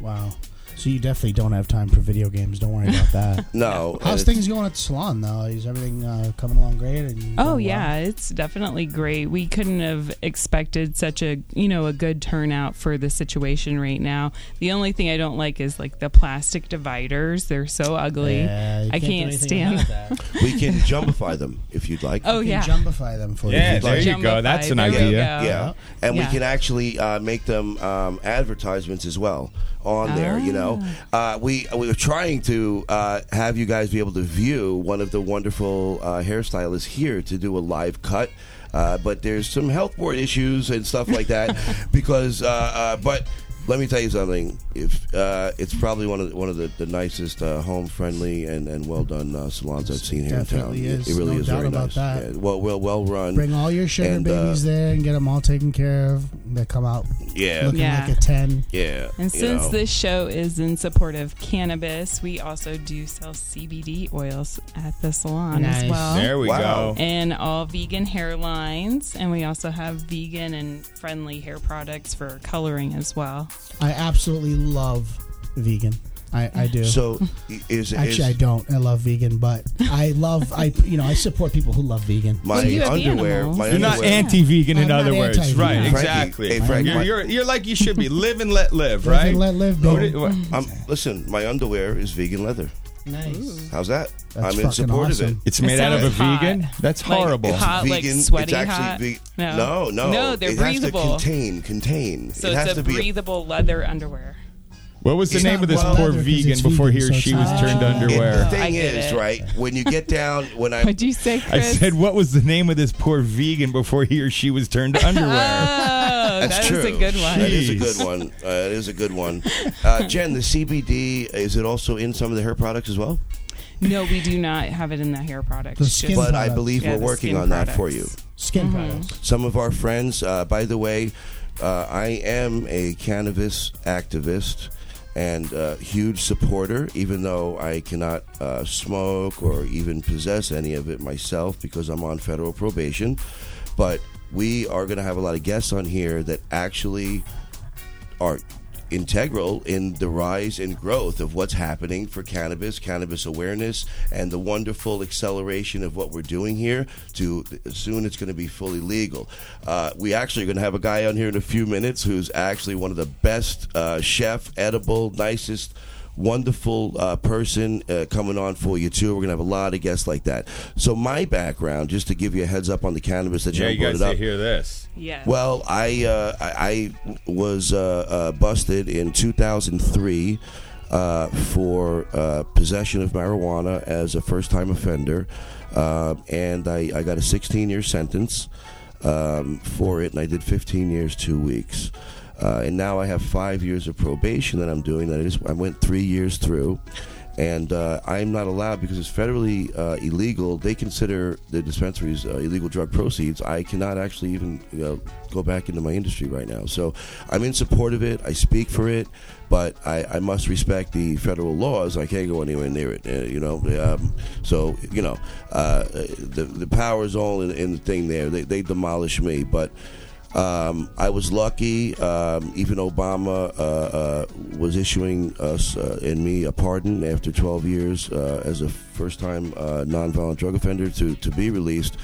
S3: wow. So you definitely don't have time for video games. Don't worry about
S4: (laughs)
S3: that.
S2: No,
S3: How's
S2: uh,
S3: things going at the salon though? Is everything uh, coming along great? And
S4: Oh
S3: going
S4: yeah, it's definitely great. We couldn't have expected such a you know a good turnout for the situation right now. The only thing I don't like is like the plastic dividers. They're so
S3: well?
S4: ugly.
S3: Yeah, you
S4: I
S3: do
S4: can't
S3: anything
S4: stand.
S3: about
S4: them. (laughs)
S3: that.
S2: we can jumpify them if you'd like.
S4: Oh
S3: You
S4: yeah,
S3: can jumbify them for
S1: Yeah,
S3: you.
S1: there you go.
S4: Jumbified.
S1: That's an
S4: There we
S1: idea.
S4: go.
S2: Yeah, and
S4: Yeah.
S2: we can actually uh, make them um, advertisements as well on there. You know,
S3: Ah.
S2: uh, we we were trying to uh, have you guys be able to view one of the wonderful uh, hairstylists here to do a live cut. Uh, but there's some health board issues and stuff like
S3: (laughs)
S2: that because, uh, uh, but let me tell you something. If uh, it's probably one of the, one of the, the nicest, uh, home friendly and, and well done uh, salons I've seen here
S3: Definitely
S2: in town. It-
S3: is.
S2: It, really
S3: No
S2: is
S3: doubt
S2: very
S3: about
S2: nice.
S3: that.
S2: Yeah, well, well, well run.
S3: Bring all your sugar
S2: And, uh,
S3: babies there and get them all taken care of. They come out
S2: Yeah.
S3: looking
S4: Yeah.
S3: like a ten.
S2: Yeah.
S4: And
S2: you
S4: since
S2: know.
S4: this show is in support of cannabis, we also do sell CBD oils at the salon as
S3: Nice.
S4: well.
S1: There we
S2: Wow.
S1: go.
S4: and all vegan hair lines. And we also have vegan and friendly hair products for coloring as well.
S3: I absolutely love vegan. I, I do.
S4: (laughs)
S2: So i- is
S3: Actually,
S2: is
S3: I don't. I love vegan, but I love. I you know I support people who love vegan.
S2: my
S4: Well, you have
S2: underwear.
S4: animals.
S2: My
S1: You're not
S2: underwear.
S1: anti-vegan, in
S3: I'm not
S1: other words,
S3: anti-vegan.
S1: right?
S2: Frankie,
S1: Exactly.
S2: hey, Frank,
S1: you're,
S2: what-
S1: you're, you're like you should be. Live and let live,
S3: Live
S1: right?
S3: and let live,
S1: What
S3: baby.
S1: do- what-
S2: I'm, listen, my underwear is vegan leather.
S3: Nice.
S2: How's that?
S3: That's
S2: I'm in
S3: fucking
S2: support of it.
S3: awesome.
S1: It's
S4: It
S1: made out of a
S4: sounds hot.
S1: vegan. That's
S4: Like,
S1: horrible.
S4: hot, like
S2: vegan. it's
S4: sweaty
S2: actually ve-
S4: hot. No.
S2: no, no.
S4: No, they're
S2: it
S4: breathable.
S2: Has to contain, contain.
S4: So
S2: it has
S4: it's a
S2: to be.
S4: breathable leather underwear.
S1: What was the
S2: It's
S1: name
S2: not
S1: of this
S2: well-
S1: poor
S3: leather 'cause
S1: vegan
S3: it's
S1: before
S3: vegan,
S1: he or
S3: so
S1: she
S3: it's
S1: was
S3: not-
S1: turned
S3: Ah.
S1: underwear?
S2: the
S4: I
S2: thing
S4: get
S2: is,
S4: it.
S2: right? When you get down, when I
S4: (laughs) (laughs) What'd you say,
S1: I
S4: Chris?
S1: said, what was the name of this poor vegan before he or she was turned to underwear?
S4: (laughs) Oh,
S2: That's
S4: that
S2: true.
S4: is a good
S2: That
S4: one.
S2: is a
S1: Jeez.
S2: good one. Uh, it is a good one. Uh, Jen, the CBD is it also in some of the hair products as well?
S4: No, we do not have it in the hair products.
S3: The
S4: just-
S3: skin
S2: But I
S3: products.
S2: believe
S4: Yeah,
S2: we're
S4: the
S2: working
S4: skin
S2: on that for you.
S4: products.
S3: Skin products.
S2: Some of our friends, uh, by the way, uh, I am a cannabis activist and uh, huge supporter, even though I cannot uh, smoke or even possess any of it myself because I'm on federal probation. But we are going to have a lot of guests on here that actually are integral in the rise and growth of what's happening for cannabis, cannabis awareness, and the wonderful acceleration of what we're doing here. To soon, it's going to be fully legal. Uh, we actually are going to have a guy on here in a few minutes who's actually one of the best uh, chef, edible, nicest wonderful uh, person uh, coming on for you too. We're gonna have a lot of guests like that. So my background, just to give you a heads up on the cannabis that
S1: yeah,
S2: Jen
S1: you
S2: brought
S1: guys
S2: it up.
S1: to hear this.
S4: Yes.
S2: Well, I uh, I, I was uh, uh, busted in 2003 uh, for uh, possession of marijuana as a first-time offender, uh, and I, I got a 16-year sentence um, for it, and I did 15 years, two weeks. Uh, and now I have five years of probation that I'm doing. That I just I went three years through, and uh, I'm not allowed because it's federally uh, illegal. They consider the dispensaries uh, illegal drug proceeds. I cannot actually even you know, go back into my industry right now. So I'm in support of it. I speak for it, but I, I must respect the federal laws. I can't go anywhere near it. Uh, you know, um, so you know, uh, the the power is all in, in the thing there. They they demolish me, but. Um, I was lucky. Um, even Obama uh, uh, was issuing us uh, and me a pardon after 12 years uh, as a first-time uh, nonviolent drug offender to to be released.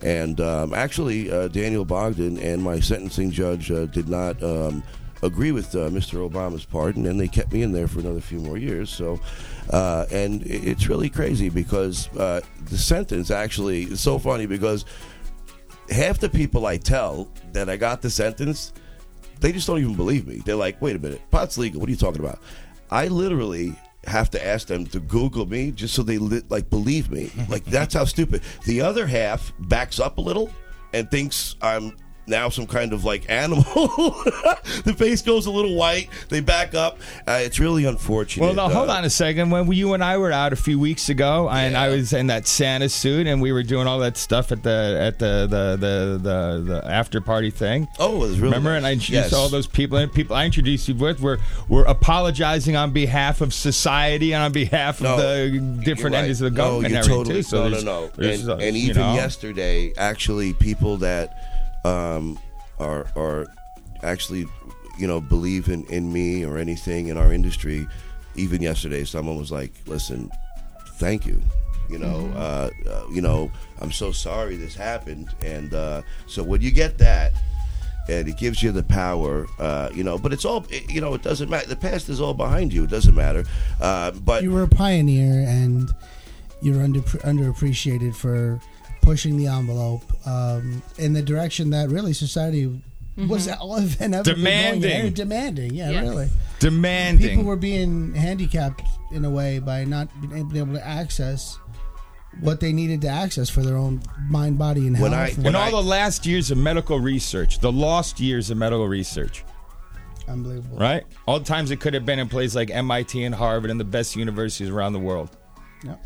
S2: And um, actually, uh, Daniel Bogdan and my sentencing judge uh, did not. Um, agree with uh, Mr. Obama's pardon, and they kept me in there for another few more years. So, uh, and i- it's really crazy because uh, the sentence actually is so funny because half the people I tell that I got the sentence, they just don't even believe me. They're like, wait a minute, pot's legal. What are you talking about? I literally have to ask them to Google me just so they li- like
S1: (laughs)
S2: believe me. Like that's how stupid. The other half backs up a little and thinks I'm now some kind of like animal. (laughs) the face goes a little white. They back up. Uh, it's really unfortunate.
S1: Well, now, hold
S2: Uh,
S1: on a second. When you and I were out a few weeks ago, and I was in that Santa suit, and we were doing all that stuff at the at the the the, the, the after party thing.
S2: Oh, it was really
S1: Remember,
S2: nice.
S1: and I introduced
S2: Yes.
S1: all those people, and people I introduced you with were were apologizing on behalf of society and on behalf
S2: No,
S1: of the different
S2: You're
S1: entities
S2: right.
S1: of the government
S2: No,
S1: and everything
S2: you're totally,
S1: too. So
S2: no,
S1: there's-
S2: no, no.
S1: there's
S2: And,
S1: those,
S2: and
S1: you
S2: even
S1: know.
S2: yesterday, actually, people that um, are are actually, you know, believe in, in me or anything in our industry. Even yesterday, someone was like, "Listen, thank you." You know,
S1: Mm-hmm.
S2: uh, uh, you know, I'm so sorry this happened. And uh, so when you get that, and it gives you the power, uh, you know. But it's all, it- you know, it doesn't matter. The past is all behind you. It doesn't matter. Uh, but
S3: You were a pioneer, and you're under underappreciated for pushing the envelope um, in the direction that really society was all inevitably going in.
S1: Demanding.
S3: demanding. Yeah,
S4: Yes.
S3: really.
S1: demanding.
S3: People were being handicapped in a way by not being able to access what they needed to access for their own mind, body, and
S2: When I-
S3: health.
S1: in
S2: when
S1: all the
S2: I-
S1: last years of medical research, the lost years of medical research,
S3: Unbelievable.
S1: right? All the times it could have been in places like MIT and Harvard and the best universities around the world.
S3: Yep.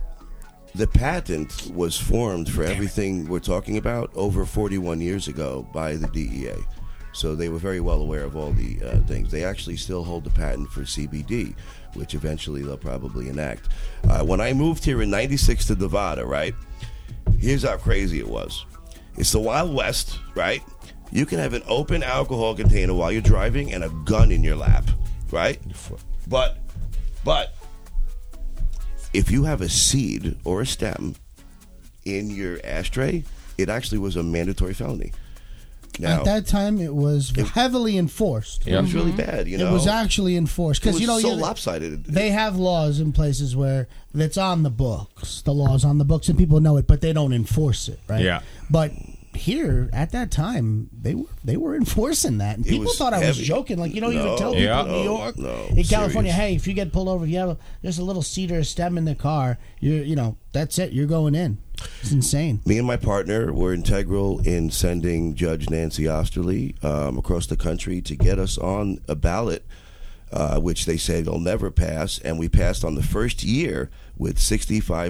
S2: the patent was formed for everything we're talking about over 41 years ago by the DEA. So they were very well aware of all the uh, things. They actually still hold the patent for CBD, which eventually they'll probably enact. Uh, when I moved here in '96 to Nevada, right? Here's how crazy it was. It's the Wild West, right? You can have an open alcohol container while you're driving and a gun in your lap, right? But, but if you have a seed or a stem in your ashtray, it actually was a mandatory felony. now.
S3: At that time, it was heavily enforced.
S1: Yeah.
S2: it was really bad, you know.
S3: It was actually enforced
S2: It
S3: because you know
S2: was so
S3: you-
S2: lopsided.
S3: they have laws in places where that's on the books. The laws on the books, and people know it, but they don't enforce it, right?
S1: Yeah.
S3: But here at that time, they were they were enforcing that, and people
S2: was
S3: thought I was
S2: heavy.
S3: joking. Like you know, you
S2: No,
S3: would tell people
S1: yeah.
S3: in New York,
S2: no, no,
S3: in California,
S2: serious.
S3: hey, if you get pulled over, if you have a, there's a little cedar stem in the car, you you know that's it, you're going in. It's insane.
S2: Me and my partner were integral in sending Judge Nancy Osterly um, across the country to get us on a ballot, uh, which they said will never pass. And we passed on the first year with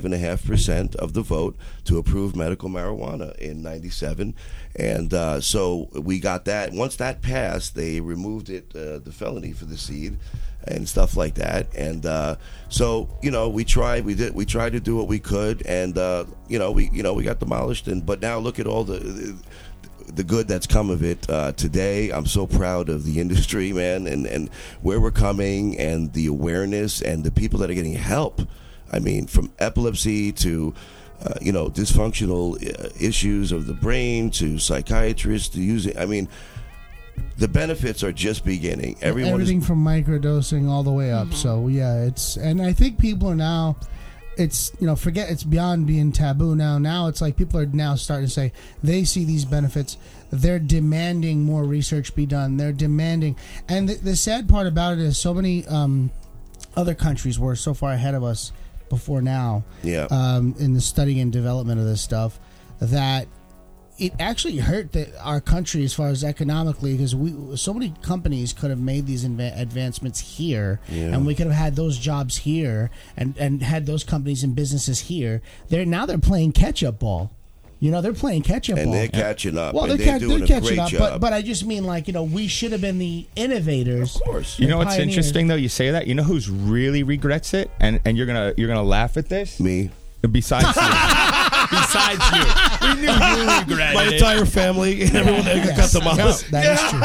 S2: 65.5% of the vote to approve medical marijuana in 97. And uh, so we got that. Once that passed, they removed it, uh, the felony for the seed and stuff like that. And uh, so you know, we tried, we did, we tried to do what we could, and uh, you know, we you know we got demolished. And but now look at all the. The good that's come of it uh, today. I'm so proud of the (laughs) industry, man, and, and where we're coming, and the awareness, and the people that are getting help. I mean, from epilepsy to, uh, you know, dysfunctional uh, issues of the brain to psychiatrists to using. I mean, the benefits are just beginning. Everyone is Mm-hmm.
S3: everything from microdosing all the way up. So yeah, it's and I think people are now. It's you know forget it's beyond being taboo now. Now it's like people are now starting to say they see these benefits. They're demanding more research be done. They're demanding, and the, the sad part about it is so many um, other countries were so far ahead of us before now.
S2: Yeah.
S3: Um, in the study and development of this stuff, that it actually hurt the, our country as far as economically because we so many companies could have made these inva- advancements here and we could have had those jobs here and and had those companies and businesses here they're now they're playing catch up ball you know they're playing catch up
S2: and
S3: ball
S2: they're catching up.
S3: well
S2: and
S3: they're,
S2: they're,
S3: ca-
S2: doing
S3: they're
S2: a
S3: catching
S2: great
S3: up
S2: job.
S3: but but i just mean like you know we should have been the innovators
S2: of course,
S1: You know what's
S3: pioneers.
S1: interesting
S3: (laughs)
S1: though? You say that. You know who's really regrets it, and and you're gonna you're gonna laugh at this.
S2: me,
S1: Besides you. Besides you. We knew you regretted
S2: my entire family, and everyone that
S3: Yes.
S2: got the
S3: Yes,
S2: most.
S3: that is true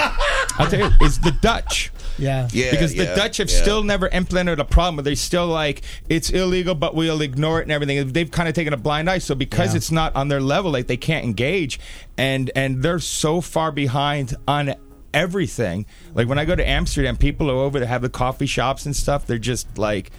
S1: I'll tell you, it's the Dutch.
S3: yeah
S2: Yeah,
S1: because the
S2: yeah,
S1: Dutch have
S2: yeah.
S1: still never implemented a problem. But they still like it's illegal, but we'll ignore it and everything. They've kind of taken a blind eye. So because
S3: Yeah.
S1: it's not on their level, like they can't engage, and and they're so far behind on everything. Like when I go to Amsterdam, people are over. They have the coffee shops and stuff. They're just like.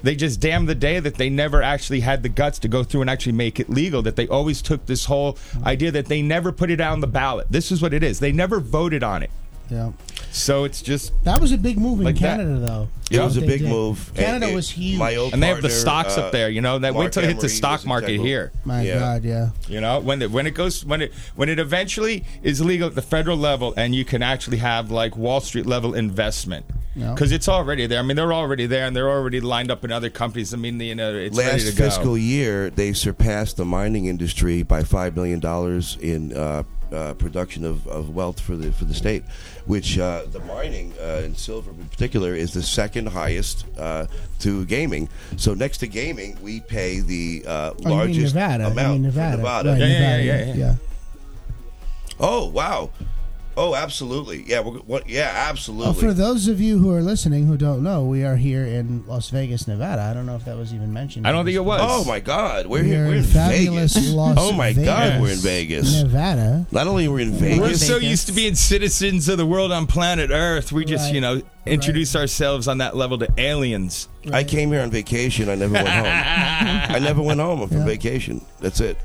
S1: They just damn the day that they never actually had the guts to go through and actually make it legal. That they always took this whole idea that they never put it on the ballot. This is what it is. They never voted on it.
S3: yeah
S1: So it's just
S3: that was a big move in
S1: Like that.
S3: canada though
S2: It
S1: Yeah.
S2: was a
S3: They
S2: big
S3: did.
S2: move.
S3: Canada
S2: it-
S3: was huge.
S2: My old
S1: and they have the
S2: partner,
S1: stocks
S2: uh,
S1: up there. You know that
S2: Mark
S1: wait till it hits the
S2: Emery
S1: stock
S2: was
S1: market
S2: integral.
S1: here.
S3: my
S2: Yeah.
S3: god yeah
S1: You know when the, when it goes when it when it eventually is legal at the federal level and you can actually have like Wall Street level investment
S3: Yeah.
S1: because it's already there. I mean they're already there and they're already lined up in other companies. I mean you know it's ready
S2: Last
S1: to go.
S2: fiscal year, they surpassed the mining industry by five million dollars in uh, uh, production of, of wealth for the for the state, which uh, the mining uh, in silver in particular is the second highest uh, to gaming. So next to gaming, we pay the uh,
S3: Oh, you mean
S2: largest
S3: Nevada. I mean
S2: amount for
S3: Nevada.
S2: Nevada.
S3: Right,
S1: Yeah, yeah,
S3: Nevada.
S1: yeah, yeah, yeah.
S2: Oh wow! Oh, absolutely. Yeah. We're, what, yeah,
S3: Well,
S2: absolutely.
S3: Oh, for those of you who are listening who don't know, we are here in Las Vegas, Nevada. I don't know if that was even mentioned.
S1: I don't think it was.
S2: Oh my God, we're
S3: We
S2: here.
S3: are
S2: We're
S3: in
S2: in
S3: fabulous
S2: Vegas.
S3: Las
S2: oh my God, we're in Vegas.
S3: Nevada.
S2: Not only we're in Vegas,
S1: We're so
S4: Vegas.
S1: used to being citizens of the world on planet Earth. We just
S3: Right.
S1: you know introduce ourselves on that level to aliens.
S2: I came here on vacation. I never went home. I never went home. I'm from vacation. That's it.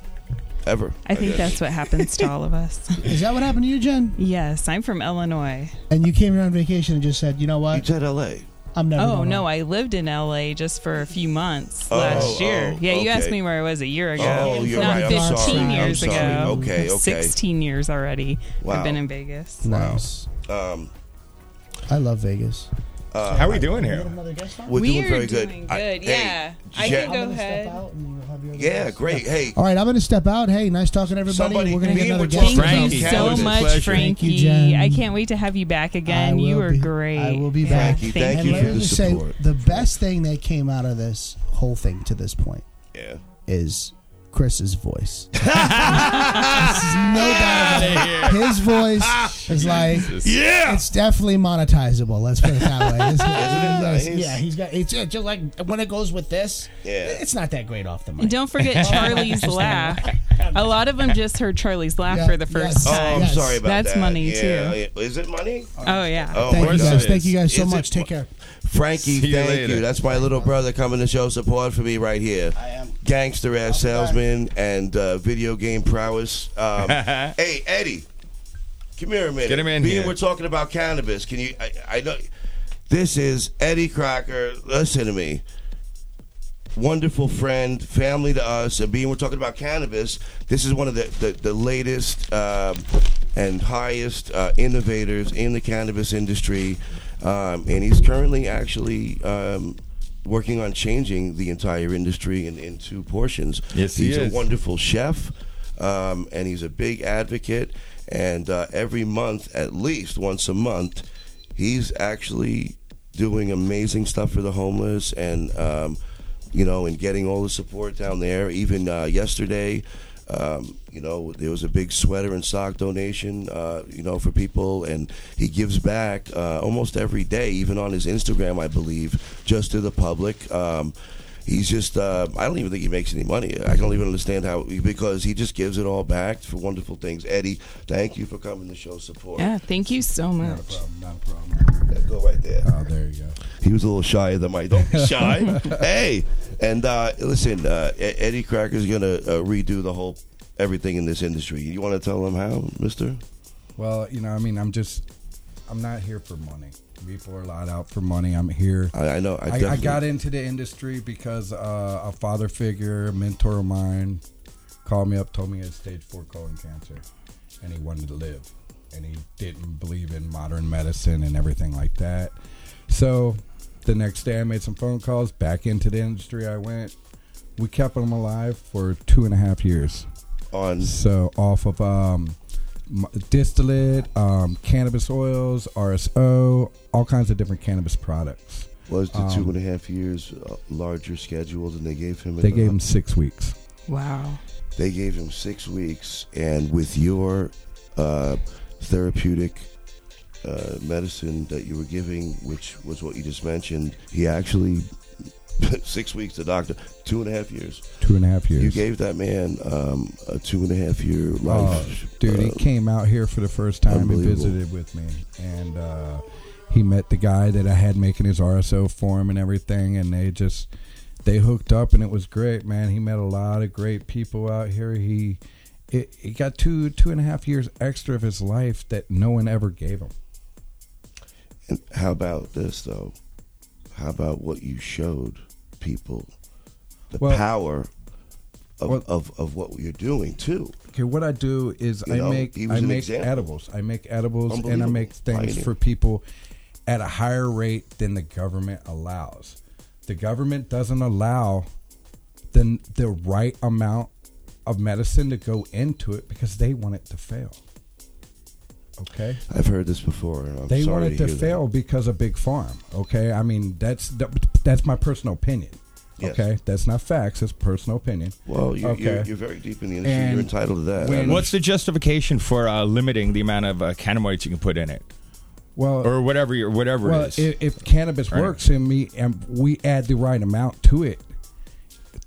S2: Ever.
S4: I think
S2: guess.
S4: that's what happens to all of us.
S2: (laughs)
S3: Is that what happened to you, Jen?
S4: Yes, I'm from Illinois.
S3: And you came here on vacation and just said, you know
S2: You
S3: what?
S2: said L.A.
S3: I'm never.
S4: Oh
S3: going
S4: no,
S3: home."
S4: I lived in LA just for a few months
S2: Oh,
S4: last
S2: oh,
S4: year. yeah, you asked
S2: okay.
S4: me where I was a year ago.
S2: Oh, you're
S4: Not
S2: right. I'm
S4: 15
S2: sorry. I'm
S4: years
S2: sorry.
S4: ago.
S2: Okay, okay.
S4: 16 years already.
S2: Wow.
S4: I've been in Vegas.
S3: Nice.
S2: Um,
S3: I love Vegas.
S2: Uh,
S1: How are we doing here?
S2: we're
S4: we
S2: doing
S4: are
S2: very
S4: doing
S2: good. I-
S4: good,
S2: hey,
S4: yeah. I
S2: Jen-
S4: can go ahead.
S2: Yeah, great. Hey,
S3: All right, I'm going to step out. Hey, nice talking to everybody.
S2: Somebody-
S3: we're going to
S2: me and
S3: get another
S2: we're
S3: guest.
S2: talking
S3: on.
S4: Thank
S2: Thank
S4: you
S2: you,
S4: so
S2: Jen.
S4: much,
S1: Pleasure.
S3: Thank you,
S4: Frankie.
S3: Jen.
S4: I can't wait to have you back again.
S3: I
S4: You
S3: will
S4: are
S3: be-
S4: great.
S3: I will be
S4: Yeah,
S3: back.
S2: Frankie, thank
S3: And
S2: you
S3: let
S2: for
S3: me
S2: the
S3: just say,
S2: support.
S3: the best thing that came out of this whole thing to this point
S2: yeah.
S3: is
S2: (laughs)
S3: Chris's voice. There's no doubt about it. His voice
S2: (laughs)
S3: is like
S2: Yeah.
S3: it's definitely monetizable. Let's put it that way.
S2: (laughs)
S3: It's-
S2: nice?
S3: Yeah, he's got. It's it's just like when it goes with this.
S2: Yeah.
S3: it's not that great off the
S2: (laughs)
S3: mic.
S4: And don't forget Charlie's laugh. A lot of them just heard Charlie's laugh
S3: Yeah,
S4: for the first
S3: yes.
S2: Oh,
S4: time.
S2: I'm
S3: Yes.
S2: sorry about that.
S4: That's money,
S2: Yeah,
S4: too.
S2: yeah. Is it money?
S4: Oh yeah.
S2: Oh,
S3: Thank
S2: my
S3: you
S1: course
S2: God.
S3: guys.
S1: it
S3: Thank you
S1: is.
S3: guys so
S2: Is it
S3: much. Take care.
S2: Frankie,
S1: See you
S2: thank
S1: later.
S2: you. That's my little brother coming to show support for me right here.
S3: I am.
S2: Gangster ass
S3: I'll be back.
S2: salesman and uh, video game prowess.
S1: (laughs)
S2: Um, hey, Eddie, come here a minute.
S1: Get him in
S2: Being
S1: here.
S2: we're talking about cannabis, can you? I, I know this is Eddie Crocker. Listen to me. Wonderful friend, family to us, and being we're talking about cannabis, this is one of the the, the latest um, and highest uh, innovators in the cannabis industry, um, and he's currently actually um, working on changing the entire industry in, in two portions.
S1: Yes, he
S2: he's a
S1: is.
S2: wonderful chef, um, and he's a big advocate. And uh, every month, at least once a month, he's actually doing amazing stuff for the homeless and, um, you know, and getting all the support down there. Even uh, yesterday, um, you know, there was a big sweater and sock donation, uh, you know, for people, and he gives back uh, almost every day, even on his Instagram, I believe, just to the public. Um, He's just, uh, I don't even think he makes any money. I don't even understand how, because he just gives it all back for wonderful things. Eddie, thank you for coming to show support.
S4: Yeah, thank you so much.
S5: Not a problem.
S2: Yeah, Go right there.
S5: Oh, there you go.
S2: He was a little shyer than my, don't be shy. hey! And uh, listen, uh, E- Eddie Cracker's going to uh, redo the whole, everything in this industry. You want to tell him how, mister?
S5: Well, you know, I mean, I'm just, I'm not here for money. People are a lot out for money. I'm here.
S2: I, I know. I,
S5: I, I
S2: definitely-
S5: got into the industry because uh, a father figure, a mentor of mine, called me up, told me he had stage four colon cancer, and he wanted to live, and he didn't believe in modern medicine and everything like that. So, the next day, I made some phone calls. Back into the industry, I went. We kept him alive for two and a half years.
S2: On,
S5: So off of um, m- distillate, um, cannabis oils, RSO, all kinds of different cannabis products.
S2: was the
S5: Um,
S2: two and a half years uh, larger schedule than they gave him? at
S5: They
S2: the
S5: gave him six weeks.
S4: Wow.
S2: They gave him six weeks, and with your uh, therapeutic uh, medicine that you were giving, which was what you just mentioned, he actually (laughs) six weeks. The doctor, two and a half years.
S5: Two and a half years.
S2: You gave that man um, a two and a half year life,
S5: Oh, dude, he
S2: uh,
S5: came out here for the first time and
S2: unbelievable.
S5: visited with me, and uh, he met the guy that I had making his RSO for him and everything, and they just they hooked up, and it was great, man. He met a lot of great people out here. He it, he got two two and a half years extra of his life that no one ever gave him.
S2: And how about this though? How about what you showed people? The
S5: Well-
S2: power of,
S5: Well-
S2: of, of what you're doing too.
S5: Okay, what I do is
S2: You
S5: I
S2: know,
S5: make
S2: he was
S5: I
S2: an
S5: make
S2: example.
S5: edibles. I make edibles and I
S2: Unbelievable.
S5: make things
S2: Pioneer.
S5: for people at a higher rate than the government allows. The government doesn't allow the the right amount of medicine to go into it because they want it to fail. Okay?
S2: I've heard this before. and I'm
S5: they
S2: sorry
S5: want
S2: to
S5: it to,
S2: hear that.
S5: fail because of big farm. Okay, I mean that's that's my personal opinion.
S2: Yes.
S5: Okay, that's not facts. That's personal opinion.
S2: Well, you,
S5: okay.
S2: you're, you're very deep in the industry.
S5: And
S2: you're entitled to that.
S5: when-
S2: I
S1: What's the justification for uh, limiting the amount of uh, cannabinoids you can put in it,
S5: well,
S1: or whatever, your- whatever
S5: well,
S1: it is?
S5: If, if cannabis
S1: Right.
S5: works and me and we add the right amount to it,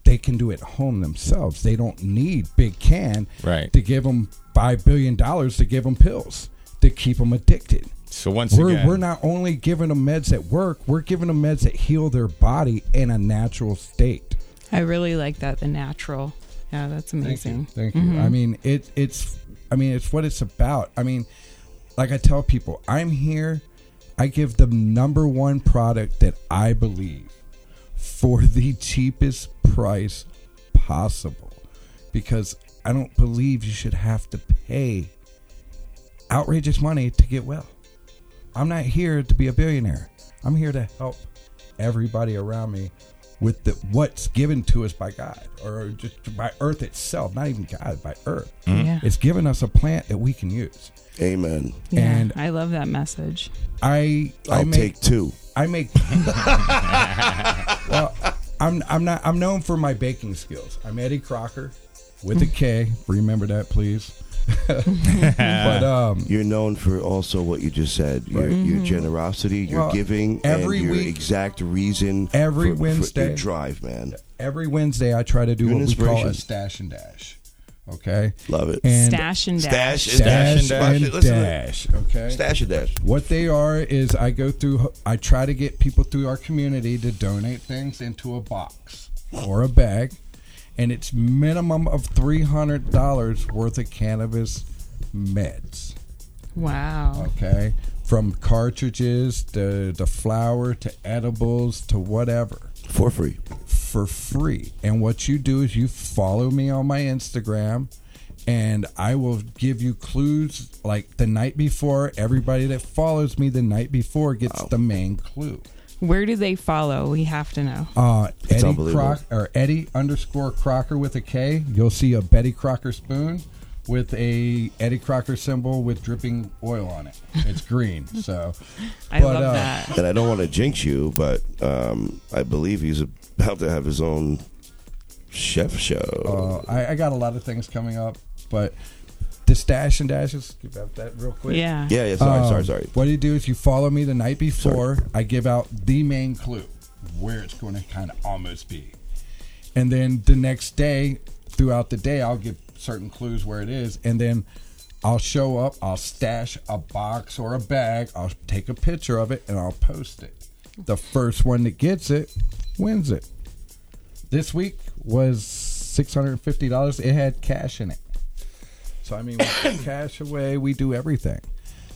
S5: they can do it at home themselves. They don't need big can
S1: Right.
S5: to give them five billion dollars to give them pills to keep them addicted.
S1: so once
S5: We're,
S1: again,
S5: we're not only giving them meds that work, we're giving them meds that heal their body in a natural state.
S4: I really like that. The natural. Yeah, that's amazing.
S5: Thank you. I mean, it it's I mean, it's what it's about. I mean, like I tell people, I'm here. I give the number one product that I believe for the cheapest price possible because I don't believe you should have to pay outrageous money to get well. I'm not here to be a billionaire. I'm here to help everybody around me with the, what's given to us by God or just by earth itself, not even God, by earth.
S4: Yeah.
S2: Mm-hmm.
S3: Mm-hmm.
S5: It's given us a plant that we can use.
S2: Amen.
S4: Yeah,
S5: And-
S4: I love that message.
S5: I I
S2: I'll
S5: make
S2: take two.
S5: I make Well, I'm I'm not I'm known for my baking skills. I'm Eddie Crocker with a K. Remember that
S2: (laughs)
S5: please. but um
S2: You're known for also what you just said. Your, your generosity, your
S5: Mm-hmm. Well,
S2: giving,
S5: every
S2: and your
S5: week-
S2: exact reason.
S5: Every
S2: for- for
S5: Wednesday.
S2: your drive, man.
S5: every Wednesday I try to do
S2: You're an
S5: what we call a
S2: inspiration.
S5: stash and dash. Okay.
S2: Love it.
S5: And
S4: Stash and dash.
S2: Stash
S1: Stash and
S2: and
S1: dash.
S2: dash.
S5: and
S2: Listen to it.
S5: dash. Okay.
S2: Stash and dash.
S5: What they are is I go through, I try to get people through our community to donate things into a box or a bag, and it's minimum of $300 worth of cannabis meds.
S4: Wow.
S5: Okay. From cartridges to the flour to edibles to whatever
S2: For free.
S5: for free. And what you do is you follow me on my Instagram and I will give you clues like the night before. Everybody that follows me the night before gets the main clue.
S4: Where do they follow? We have to know.
S5: Uh, Eddie
S2: unbelievable.
S5: Croc or Eddie underscore Crocker with a K. You'll see a Betty Crocker spoon with a Eddie Crocker symbol with dripping oil on it.
S4: (laughs)
S5: It's green. So
S4: I
S5: but,
S4: love
S5: uh,
S4: that.
S2: And I don't want to jinx you, but um, I believe he's about to have his own chef show.
S5: Uh, I, I got a lot of things coming up, but the stash and dashes. Give out that real quick.
S4: Yeah.
S2: yeah, yeah. Sorry,
S5: Um,
S2: sorry, sorry.
S5: What you do is you follow me the night before. I give out the main clue where it's going to kind of almost be, and then the next day, throughout the day, I'll give certain clues where it is, and then I'll show up. I'll stash a box or a bag. I'll take a picture of it and I'll post it. The first one that gets it wins it. This week was six hundred and fifty dollars. It had cash in it. So I mean, we put (coughs) cash away. We do everything,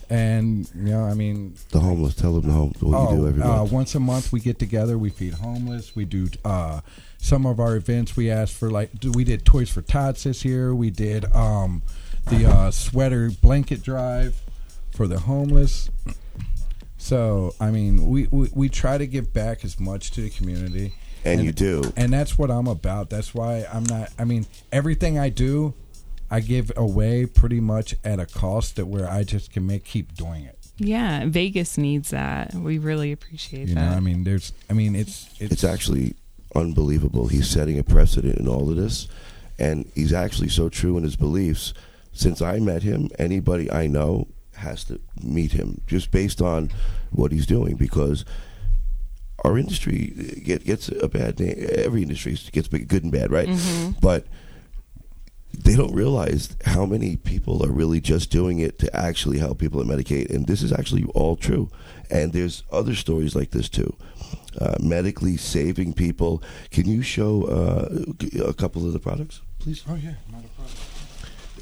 S5: and you know, I mean,
S2: The homeless. Tell them the home, what
S5: oh,
S2: you do every
S5: uh,
S2: month.
S5: once a month we get together. We feed homeless. We do uh, some of our events. We ask for like do- we did Toys for Tots this year. We did um, the uh, sweater blanket drive for the homeless. So I mean, we, we we try to give back as much to the community.
S2: And you do.
S5: and that's what I'm about. That's why I'm not. I mean, everything I do, I give away pretty much at a cost that where I just can make keep doing it.
S4: Yeah. Vegas needs that. We really appreciate
S5: You know,
S4: that.
S5: I mean, there's. I mean, it's it's,
S2: It's actually unbelievable. He's setting a precedent in all of this, and he's actually so true in his beliefs. Since I met him, anybody I know has to meet him just based on what he's doing because our industry get, gets a bad name. Every industry gets big- good and bad, right? But they don't realize how many people are really just doing it to actually help people at Medicaid. And this is actually all true. And there's other stories like this too. Uh, medically saving people. Can you show uh, a couple of the products, please?
S5: Oh yeah, not a problem.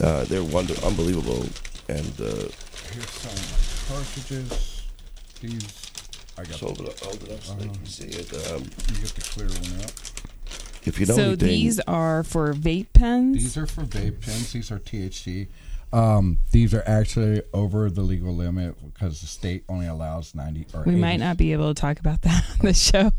S2: Uh, they're wonder, unbelievable. And uh,
S5: Here's some like, cartridges. These I got.
S2: just hold it up, hold it up so they can see it. Um,
S5: you get the clear one out.
S2: if you know
S4: so
S2: anything,
S4: these are for vape pens.
S5: These are for vape pens. These are THC. Um, these are actually over the legal limit because the state only allows ninety or
S4: we
S5: 80.
S4: might not be able to talk about that on the show.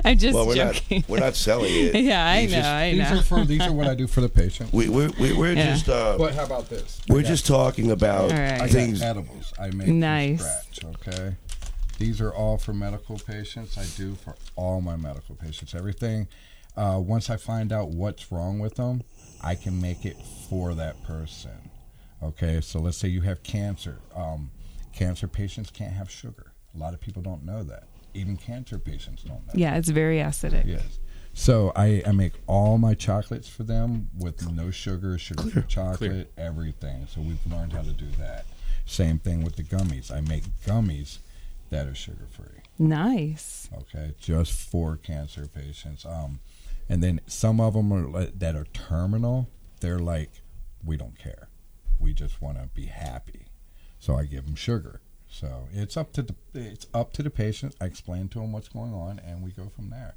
S4: (laughs) I'm just
S2: well, we're
S4: joking.
S2: not we're
S4: (laughs)
S2: not selling it.
S4: yeah, I
S2: You
S4: know.
S2: just-
S4: I
S5: These
S4: know.
S5: are for these are what I do for
S2: (laughs)
S5: the patient.
S2: We, we're we, we're
S4: Yeah.
S2: just uh,
S5: But how about this? I
S2: we're
S5: got-
S2: just talking about
S4: All right.
S5: I
S2: things.
S5: got edibles. I make from
S4: Nice.
S5: scratch. Okay, these are all for medical patients. I do for all my medical patients. Everything. Uh, once I find out what's wrong with them, I can make it for that person. Okay, so let's say you have cancer. Um, cancer patients can't have sugar. A lot of people don't know that. Even cancer patients don't know.
S4: yeah, it's very acidic.
S5: Yes. So I, I make all my chocolates for them with no sugar, sugar free chocolate, everything. So we've learned how to do that. Same thing with the gummies. I make gummies that are sugar free.
S4: Nice.
S5: Okay, just for cancer patients. Um, and then some of them are like, that are terminal. They're like, we don't care. We just want to be happy. So I give them sugar. So it's up to the it's up to the patient. I explain to them what's going on, and we go from there.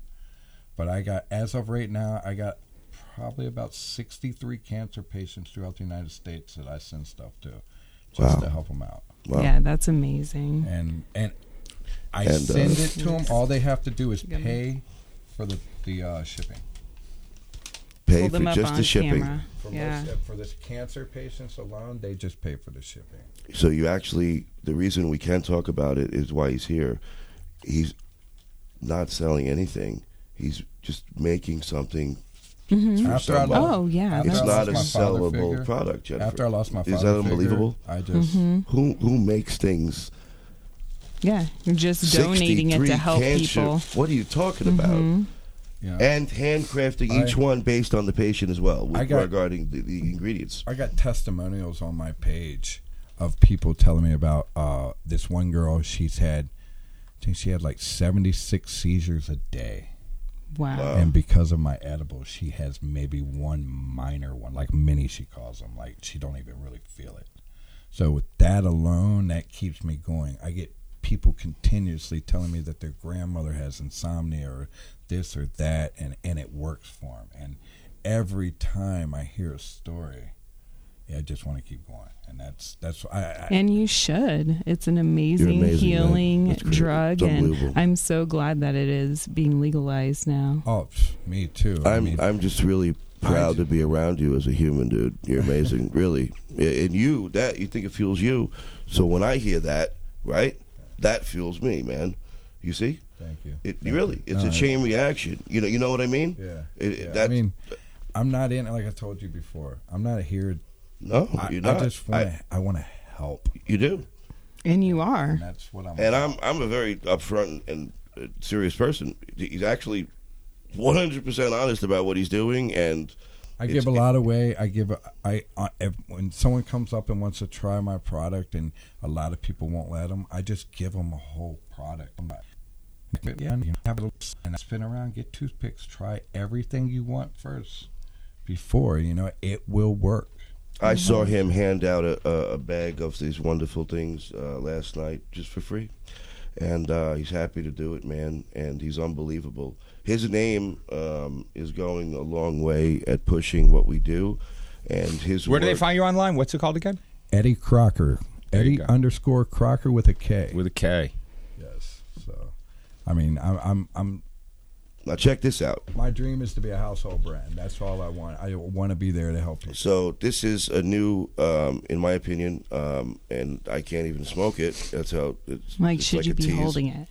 S5: But I got as of right now, I got probably about sixty three cancer patients throughout the United States that I send stuff to, just
S2: Wow.
S5: to help them out
S2: Wow.
S4: Yeah, that's amazing.
S5: and and I
S2: And, uh,
S5: send it to them. All they have to do is pay for the the uh, shipping.
S2: Pay
S4: Pull
S2: for
S4: them up
S2: just
S4: on
S2: the shipping.
S4: camera.
S5: For
S4: Yeah.
S5: most, uh, for this cancer patients alone, they just pay for the shipping.
S2: So you actually, the reason we can talk about it is why he's here. He's not selling anything. He's just making something. for
S5: Mm-hmm. After I
S2: somebody.
S5: lost-
S4: Oh, yeah,
S5: after
S2: it's
S5: I
S2: not
S5: lost
S2: a
S5: my father
S2: sellable
S5: figure-
S2: product. Jennifer.
S5: After I lost my father,
S2: is that
S5: figure,
S2: unbelievable?
S5: I just
S4: Mm-hmm.
S2: Who who makes things?
S4: Yeah, just donating it
S2: 63
S4: to help
S2: cancer-
S4: people. Mm-hmm.
S2: What are you talking about?
S5: Yeah.
S2: And handcrafting each
S5: I-
S2: one based on the patient as well, with
S5: I got-
S2: regarding the, the ingredients.
S5: I got testimonials on my page of people telling me about uh, this one girl. She's had, I think she had like 76 seizures a day.
S4: Wow.
S2: Oh.
S5: and because of my edible, she has maybe one minor one, like mini she calls them. Like she don't even really feel it. So with that alone, that keeps me going. I get people continuously telling me that their grandmother has insomnia or this or that, and and it works for them. And every time I hear a story, yeah, I just want to keep going. And that's that's I, I
S4: And you should. It's an amazing,
S2: amazing, man.
S4: healing
S2: That's great.
S4: drug,
S2: It's unbelievable.
S4: and I'm so glad that it is being legalized now.
S5: oh pff, me too. I
S2: I'm
S5: mean,
S2: I'm just really proud to be around you as a human, dude. You're
S5: (laughs)
S2: amazing, really. And you that you think it fuels you. So when I hear that, right, that fuels me, man. You see,
S5: thank you.
S2: it
S5: Thank
S2: really
S5: you.
S2: it's
S5: No,
S2: a chain reaction. You know, you know what I mean?
S5: Yeah.
S2: It, it-
S5: yeah.
S2: That,
S5: I mean, I'm not in. Like I told you before, I'm not here.
S2: no,
S5: I,
S2: you're not.
S5: I just want. to. I want to help.
S2: you do.
S4: And you are.
S5: And that's what I'm.
S2: And I'm I'm a very upfront and uh, serious person. He's actually 100 percent honest about what he's doing, and
S5: I give a lot away. I give. A, I, I if, when someone comes up and wants to try my product, and a lot of people won't let them. I just give them a whole product. I'm like, Yeah, you have a little s- and spin around, get toothpicks, try everything you want first before you know it will work.
S2: I saw
S1: Mm-hmm.
S2: him hand out a, a, a bag of these wonderful things uh, last night just for free. And uh, he's happy to do it, man. And he's unbelievable. His name um, is going a long way at pushing what we do. And his
S1: Where do they
S2: work-
S1: find you online? What's it called again?
S5: Eddie Crocker,
S1: you
S5: Eddie
S1: go.
S5: underscore Crocker with a K.
S1: With a K.
S5: Yes. So, I mean, I'm, I'm, I'm.
S2: Now check this out.
S5: My dream is to be a household brand. That's all I want. I want to be there to help you.
S2: So this is a new, um, in my opinion, um, and I can't even smoke it. That's how it's
S4: Like,
S2: it's
S4: should you
S2: a
S4: be
S2: tease.
S4: holding it?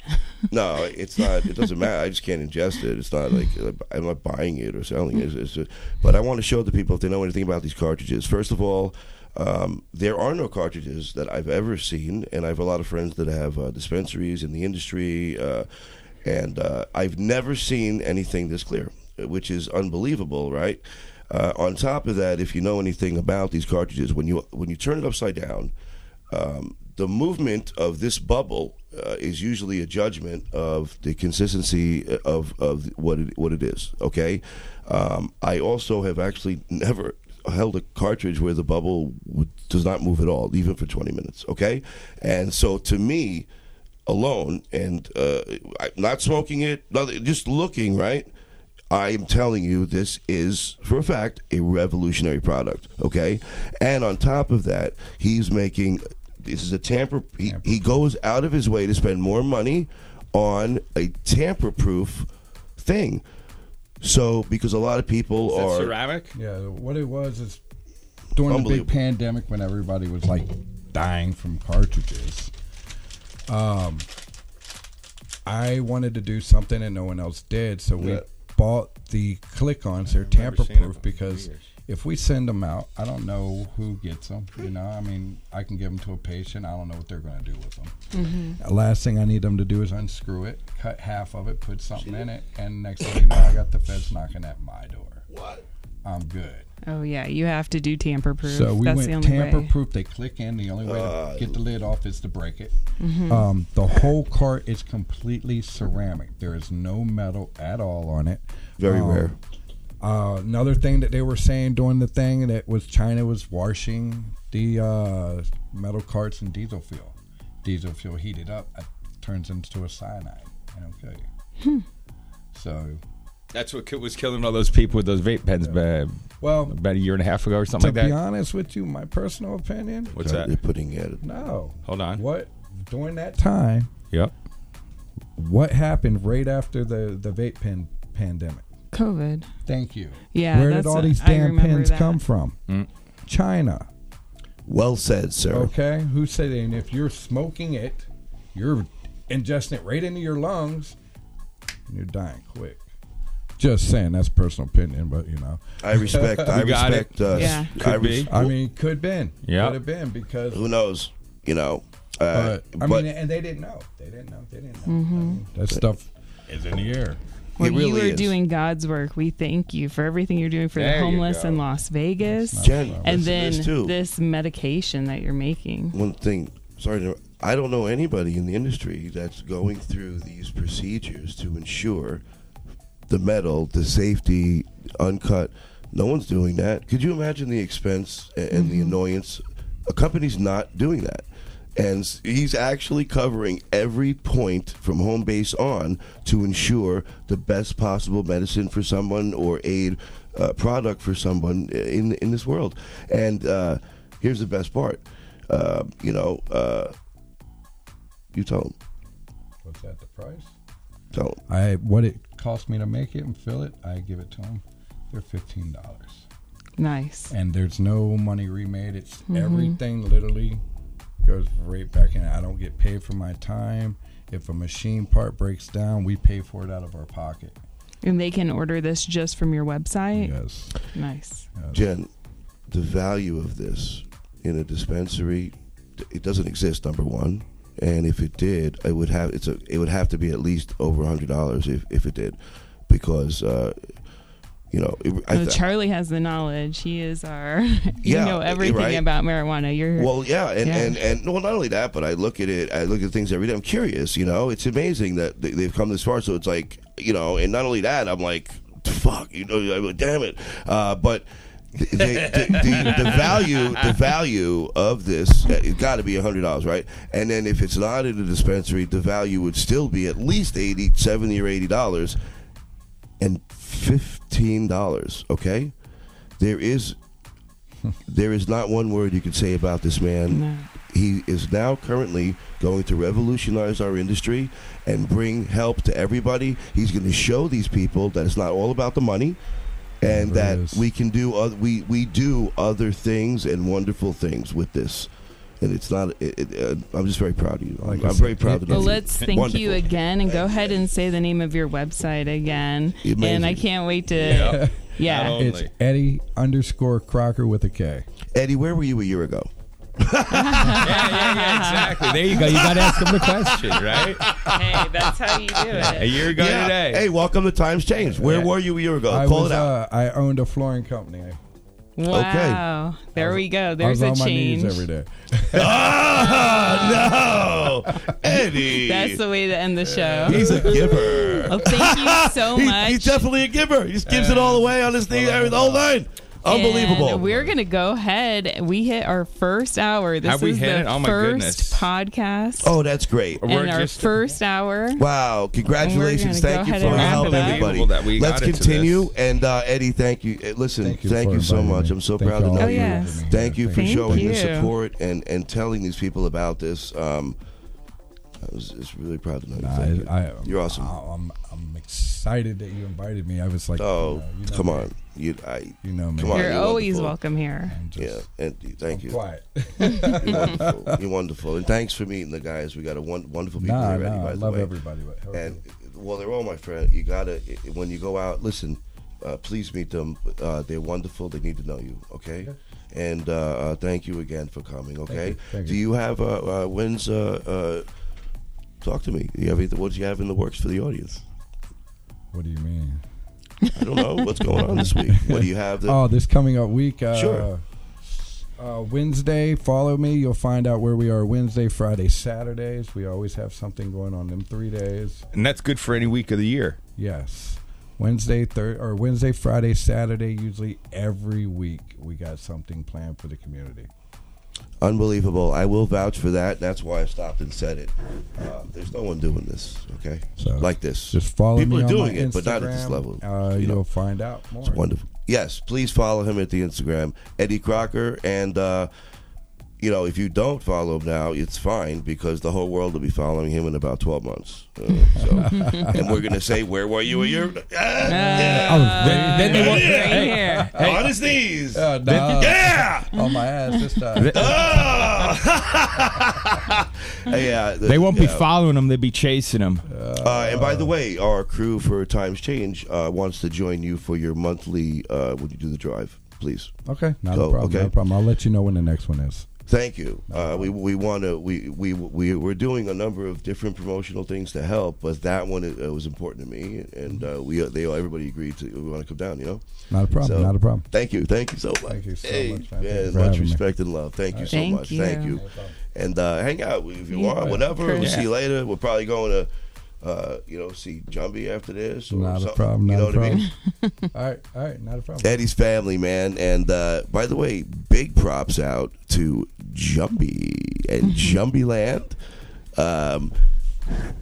S2: No, it's not. It doesn't matter. I just can't ingest it. It's not like I'm not buying it or selling it. It's, it's- but I want to show the people if they know anything about these cartridges. First of all, um, there are no cartridges that I've ever seen, and I have a lot of friends that have uh, dispensaries in the industry, uh, and uh, I've never seen anything this clear, which is unbelievable, right? Uh, on top of that, if you know anything about these cartridges, when you when you turn it upside down, um, the movement of this bubble uh, is usually a judgment of the consistency of, of what it, what it is. Okay, um, I also have actually never held a cartridge where the bubble w- does not move at all, even for 20 minutes. Okay, and so to me alone, and uh, I, not smoking it, nothing, just looking right. I am telling you, this is for a fact a revolutionary product. Okay, and on top of that, he's making this is a tamper. He, he goes out of his way to spend more money on a tamper-proof thing. So because a lot of people
S1: Is that
S2: are
S1: ceramic?
S5: Yeah, what it was is during the big
S2: Unbelievable.
S5: pandemic when everybody was like dying from cartridges. Um, I wanted to do something and no one else did, so we
S2: Yeah.
S5: bought the click ons. They're
S1: remember
S5: tamper
S1: seeing them
S5: proof
S1: for
S5: because
S1: years.
S5: if we send them out, I don't know who gets them. You know, I mean, I can give them to a patient. I don't know what they're going to do with them. Uh, Last thing I need them to do is unscrew it, cut half of it, put something in it, and next thing you know, I got the feds knocking at my door. What? I'm good.
S4: (laughs) Oh yeah, you have to do tamper proof.
S5: So we
S4: That's the
S5: went
S4: only
S5: tamper
S4: way.
S5: proof. They click in. The only way
S2: Uh,
S5: to get the lid off is to break it.
S4: Mm-hmm.
S5: Um, the whole cart is completely ceramic. There is no metal at all on it.
S2: very
S5: Um,
S2: rare.
S5: Uh, another thing that they were saying during the thing that was China was washing the uh, metal carts in diesel fuel. Diesel fuel heated up uh, turns into a cyanide. I don't kill you.
S4: Hmm.
S5: So
S1: That's what ki- was killing all those people with those vape pens ba-
S5: well,
S1: about a year and a half ago or
S5: to
S1: something like
S5: be
S1: that.
S5: honest with you, my personal opinion.
S1: What's
S2: They're-
S1: that?
S2: They're putting at it.
S5: No.
S1: Hold on.
S5: What during that time?
S1: Yep.
S5: What happened right after the the vape pen pandemic?
S4: COVID.
S5: Thank you.
S4: Yeah,
S5: Where did
S4: that's
S5: all
S4: a-
S5: these
S4: I
S5: damn
S4: remember
S5: pens
S4: that.
S5: come from?
S1: Mm.
S5: China.
S2: Well said, sir.
S5: Okay. Who said? it? And if you're smoking it, you're ingesting it right into your lungs, and you're dying quick. Just saying. That's personal opinion, but you know.
S2: I respect.
S1: (laughs)
S2: I
S1: You got it.
S2: respect. Uh,
S4: Yeah.
S2: I
S1: Could be.
S2: res-
S5: I mean, could been.
S1: Yeah.
S5: Could have been because.
S2: who knows? You know. Uh,
S4: Mm-hmm.
S5: But, I mean, and they didn't know. They didn't know. They didn't know. I mean, that stuff is in the air.
S4: When
S2: really
S4: you are
S2: is.
S4: doing God's work, we thank you for everything you're doing for
S1: There
S4: the
S1: you
S4: homeless
S1: go.
S4: in Las Vegas.
S2: Jen,
S4: and
S2: listen to
S4: then
S2: this, too.
S4: this medication that you're making.
S2: one thing. Sorry, to, I don't know anybody in the industry that's going through these procedures to ensure the metal, the safety, uncut. No one's doing that. Could you imagine the expense a- and the annoyance? A company's not doing that. And s- he's actually covering every point from home base on to ensure the best possible medicine for someone or aid uh, product for someone i- in in this world. And uh, here's the best part, uh, you know, uh, you tell him,
S5: What's that? The price?
S2: tell him.
S5: I what it cost me to make it and fill it. I give it to them. They're fifteen dollars,
S4: Nice.
S5: and there's no money remade. It's
S4: Mm-hmm.
S5: everything literally goes right back in. I don't get paid for my time. If a machine part breaks down, we pay for it out of our pocket.
S4: And they can order this just from your website.
S5: Yes.
S4: Nice.
S2: Jen, the value of this in a dispensary, it doesn't exist. Number one, and if it did, it would have it's a it would have to be at least over a hundred dollars if if it did, because uh, you know it, I,
S4: So Oh, Charlie has the knowledge. He is our. (laughs) you
S2: Yeah,
S4: know everything
S2: right.
S4: about marijuana. You're
S2: Well, yeah, and,
S4: Yeah.
S2: and and well, not only that, but I look at it. I look at things every day. I'm curious. You know, it's amazing that they- they've come this far. So it's like you know, and not only that, I'm like, fuck, you know, I'm like, damn it. Uh, but the, the, the, the value, the value of this, uh, it's got to be hundred dollars, right? And then if it's not at a dispensary, the value would still be at least 80, 70 or eighty dollars, and fifteen dollars. Okay, there is there is not one word you could say about this man.
S4: No.
S2: He is now currently going to revolutionize our industry and bring help to everybody. He's going to show these people that it's not all about the money and
S5: Never
S2: that
S5: is.
S2: we can do other, we we do other things and wonderful things with this. And it's not. It, it, uh, I'm just very proud of you.
S5: Like
S2: I'm,
S5: I
S2: I'm very
S5: said,
S2: proud of
S5: it-
S4: Well,
S2: you.
S4: let's thank you
S2: Wonderful.
S4: again and go ahead and say the name of your website again.
S2: Amazing.
S4: And I can't wait to. (laughs) Yeah.
S1: Oh.
S5: It's
S1: Only.
S5: Eddie underscore Crocker with a K.
S2: Eddie, where were you a year ago?
S1: yeah, yeah, yeah, exactly. There you go. You got to ask him the question, right?
S4: Hey, that's how you do
S1: A
S4: it.
S1: year ago
S2: Yeah.
S1: today.
S2: Hey, welcome to Times Change. Where
S1: Yeah.
S2: were you a year ago?
S5: I
S2: Call
S5: was,
S2: it out.
S5: Uh, I owned a flooring company. I-
S4: Wow. There we go. There's
S5: I
S4: a
S5: was on
S4: change.
S5: my knees every day.
S2: Ah, no, Eddie.
S4: That's the way to end the show.
S2: He's a giver.
S4: Well, thank you so
S2: He-
S4: much.
S2: he's definitely a giver. He just gives it all away on his thing, every- the whole nine. Unbelievable.
S4: And we're gonna go ahead. We hit our first hour. This
S1: Have we
S4: is
S1: hit
S4: the
S1: it? Oh, my
S4: first
S1: goodness.
S4: podcast
S2: oh, that's great.
S1: We're
S4: and our
S1: just-
S4: first hour.
S2: Wow! Congratulations.
S4: And we're gonna
S2: Thank you
S4: go ahead
S2: for
S4: and
S2: your
S4: wrap
S2: help,
S4: it up.
S2: everybody.
S1: Unbelievable that we
S2: Let's
S1: got into
S2: continue.
S1: this.
S2: And uh, Eddie, thank you. Uh, Listen, thank you,
S5: for
S2: so
S5: inviting
S2: much.
S5: me.
S2: I'm so
S5: Thank
S2: proud to
S5: all
S2: know
S4: Oh,
S5: you.
S2: you.
S4: yes.
S5: Yeah,
S2: Thank you for
S4: Thank
S2: showing
S4: you.
S2: the support and, and telling these people about this. Um, I was just really proud to know you.
S5: Nah,
S2: Thank you.
S5: I, I,
S2: You're awesome.
S5: I, am I'm excited that you invited me. I was like,
S2: oh,
S5: you know, you know
S2: come
S5: me.
S2: on. You, I,
S5: You know me.
S2: Come on.
S4: You're
S2: you're
S4: always
S2: wonderful.
S4: welcome here.
S5: I'm
S2: yeah,
S5: just
S2: and thank you.
S5: Quiet.
S2: You're
S5: (laughs)
S2: wonderful. You're wonderful. And thanks for meeting the guys. We got a won- wonderful people
S5: Nah,
S2: here, Eddie,
S5: nah,
S2: by
S5: I
S2: the
S5: love
S2: way.
S5: everybody. But how are
S2: And
S5: you?
S2: well, they're all my friend. You gotta i- when you go out, listen. Uh, please meet them. Uh, they're wonderful. They need to know you. Okay. And uh, uh, thank you again for coming. Okay.
S5: you, thank
S2: Do
S5: you.
S2: you have uh, uh, when's uh, uh, talk to me? Do you have anything, what do you have in the works for the audience?
S5: what do you mean?
S2: I don't know what's going on this week. What do you have? That,
S5: Oh, this coming up week. Uh,
S2: Sure.
S5: Uh, Wednesday, follow me. You'll find out where we are Wednesday, Friday, Saturdays. We always have something going on them three days.
S1: and that's good for any week of the year.
S5: Yes. Wednesday, thir- or Wednesday, Friday, Saturday, usually every week we got something planned for the community.
S2: Unbelievable. I will vouch for that. That's why I stopped and said it. Uh, there's no one doing this. Okay.
S5: So,
S2: like this.
S5: Just follow
S2: People
S5: me
S2: are
S5: on
S2: doing
S5: my
S2: it, but not at this
S5: Instagram.
S2: level.
S5: Uh,
S2: You
S5: you
S2: know.
S5: will find out more.
S2: It's wonderful. Yes, please follow him at the Instagram, Eddie Crocker, and uh, you know if you don't follow him now, it's fine because the whole world will be following him in about twelve months. Uh,
S5: (laughs)
S2: so, and we're gonna say, "Where were you a year?" Ah,
S5: I was ready.
S1: Then they won't-
S4: (laughs) Right
S1: Hey,
S4: here.
S2: yeah, on his knees.
S5: Uh, nah,
S2: yeah.
S5: on my ass this time.
S2: Ah! yeah.
S1: They won't be
S2: yeah.
S1: following him; they'll be chasing him.
S2: Uh, and by the way, our crew for Times Change uh, wants to join you for your monthly uh, when you do the drive. Please.
S5: Okay, not
S2: Go,
S5: a problem.
S2: okay.
S5: Not a problem. I'll let you know when the next one is.
S2: Thank you. Uh, we we want to we we we we're doing a number of different promotional things to help, but that one uh, was important to me, and uh, we they everybody agreed to we want to come down. You know,
S5: Not a problem.
S2: So-
S5: not a problem.
S2: Thank you, thank you so much.
S5: Thank you so
S2: Hey,
S5: much, man.
S2: yeah,
S5: Thank you for
S2: much
S5: having me.
S2: respect and love. Thank you so
S4: Thank
S2: much. Thank
S4: you.
S2: you, and uh, hang out if you
S4: Yeah.
S2: want, whatever. We'll
S4: Yeah.
S2: see you later. We're probably going to. Uh, you know, see Jumbie after this or
S5: Not a
S2: something.
S5: problem.
S2: you
S5: Not
S2: know
S5: a
S2: what I mean?
S5: problem.
S2: (laughs)
S5: (laughs) all right. All right. Not a problem.
S2: Eddie's family, man. And uh, by the way, big props out to Jumbie
S4: (laughs)
S2: and Jumbie Land. Um,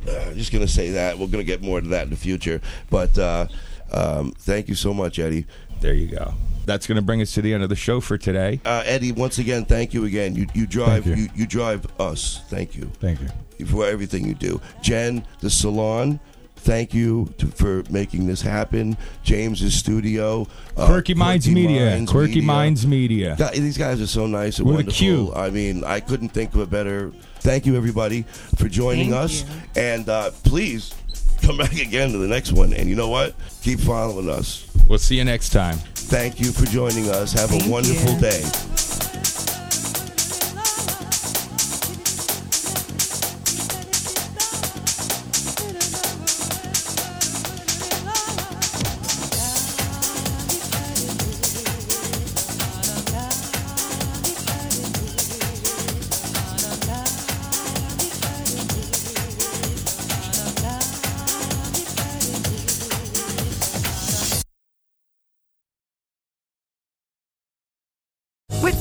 S2: uh, just gonna say that we're gonna get more to that in the future, but uh, um, thank you so much, Eddie.
S1: There you go. That's going to bring us to the end of the show for today.
S2: Uh, Eddie, once again, thank you again. You you drive
S5: Thank you.
S2: you. You, drive us. Thank you
S5: Thank you.
S2: for everything you do, Jen. The salon. Thank you to, for making this happen. James's studio. uh,
S1: Quirky Minds Media. Quirky Minds Media.
S2: Th- These guys are so nice and
S1: With a
S2: wonderful.
S1: Q.
S2: I mean, I couldn't think of a better. Thank you, everybody, for joining
S4: Thank
S2: us.
S4: you.
S2: And uh, please come back again to the next one. And you know what? Keep following us.
S1: We'll see you next time.
S2: Thank you for joining us. Have
S4: Thank
S2: a
S4: you.
S2: wonderful day.
S6: With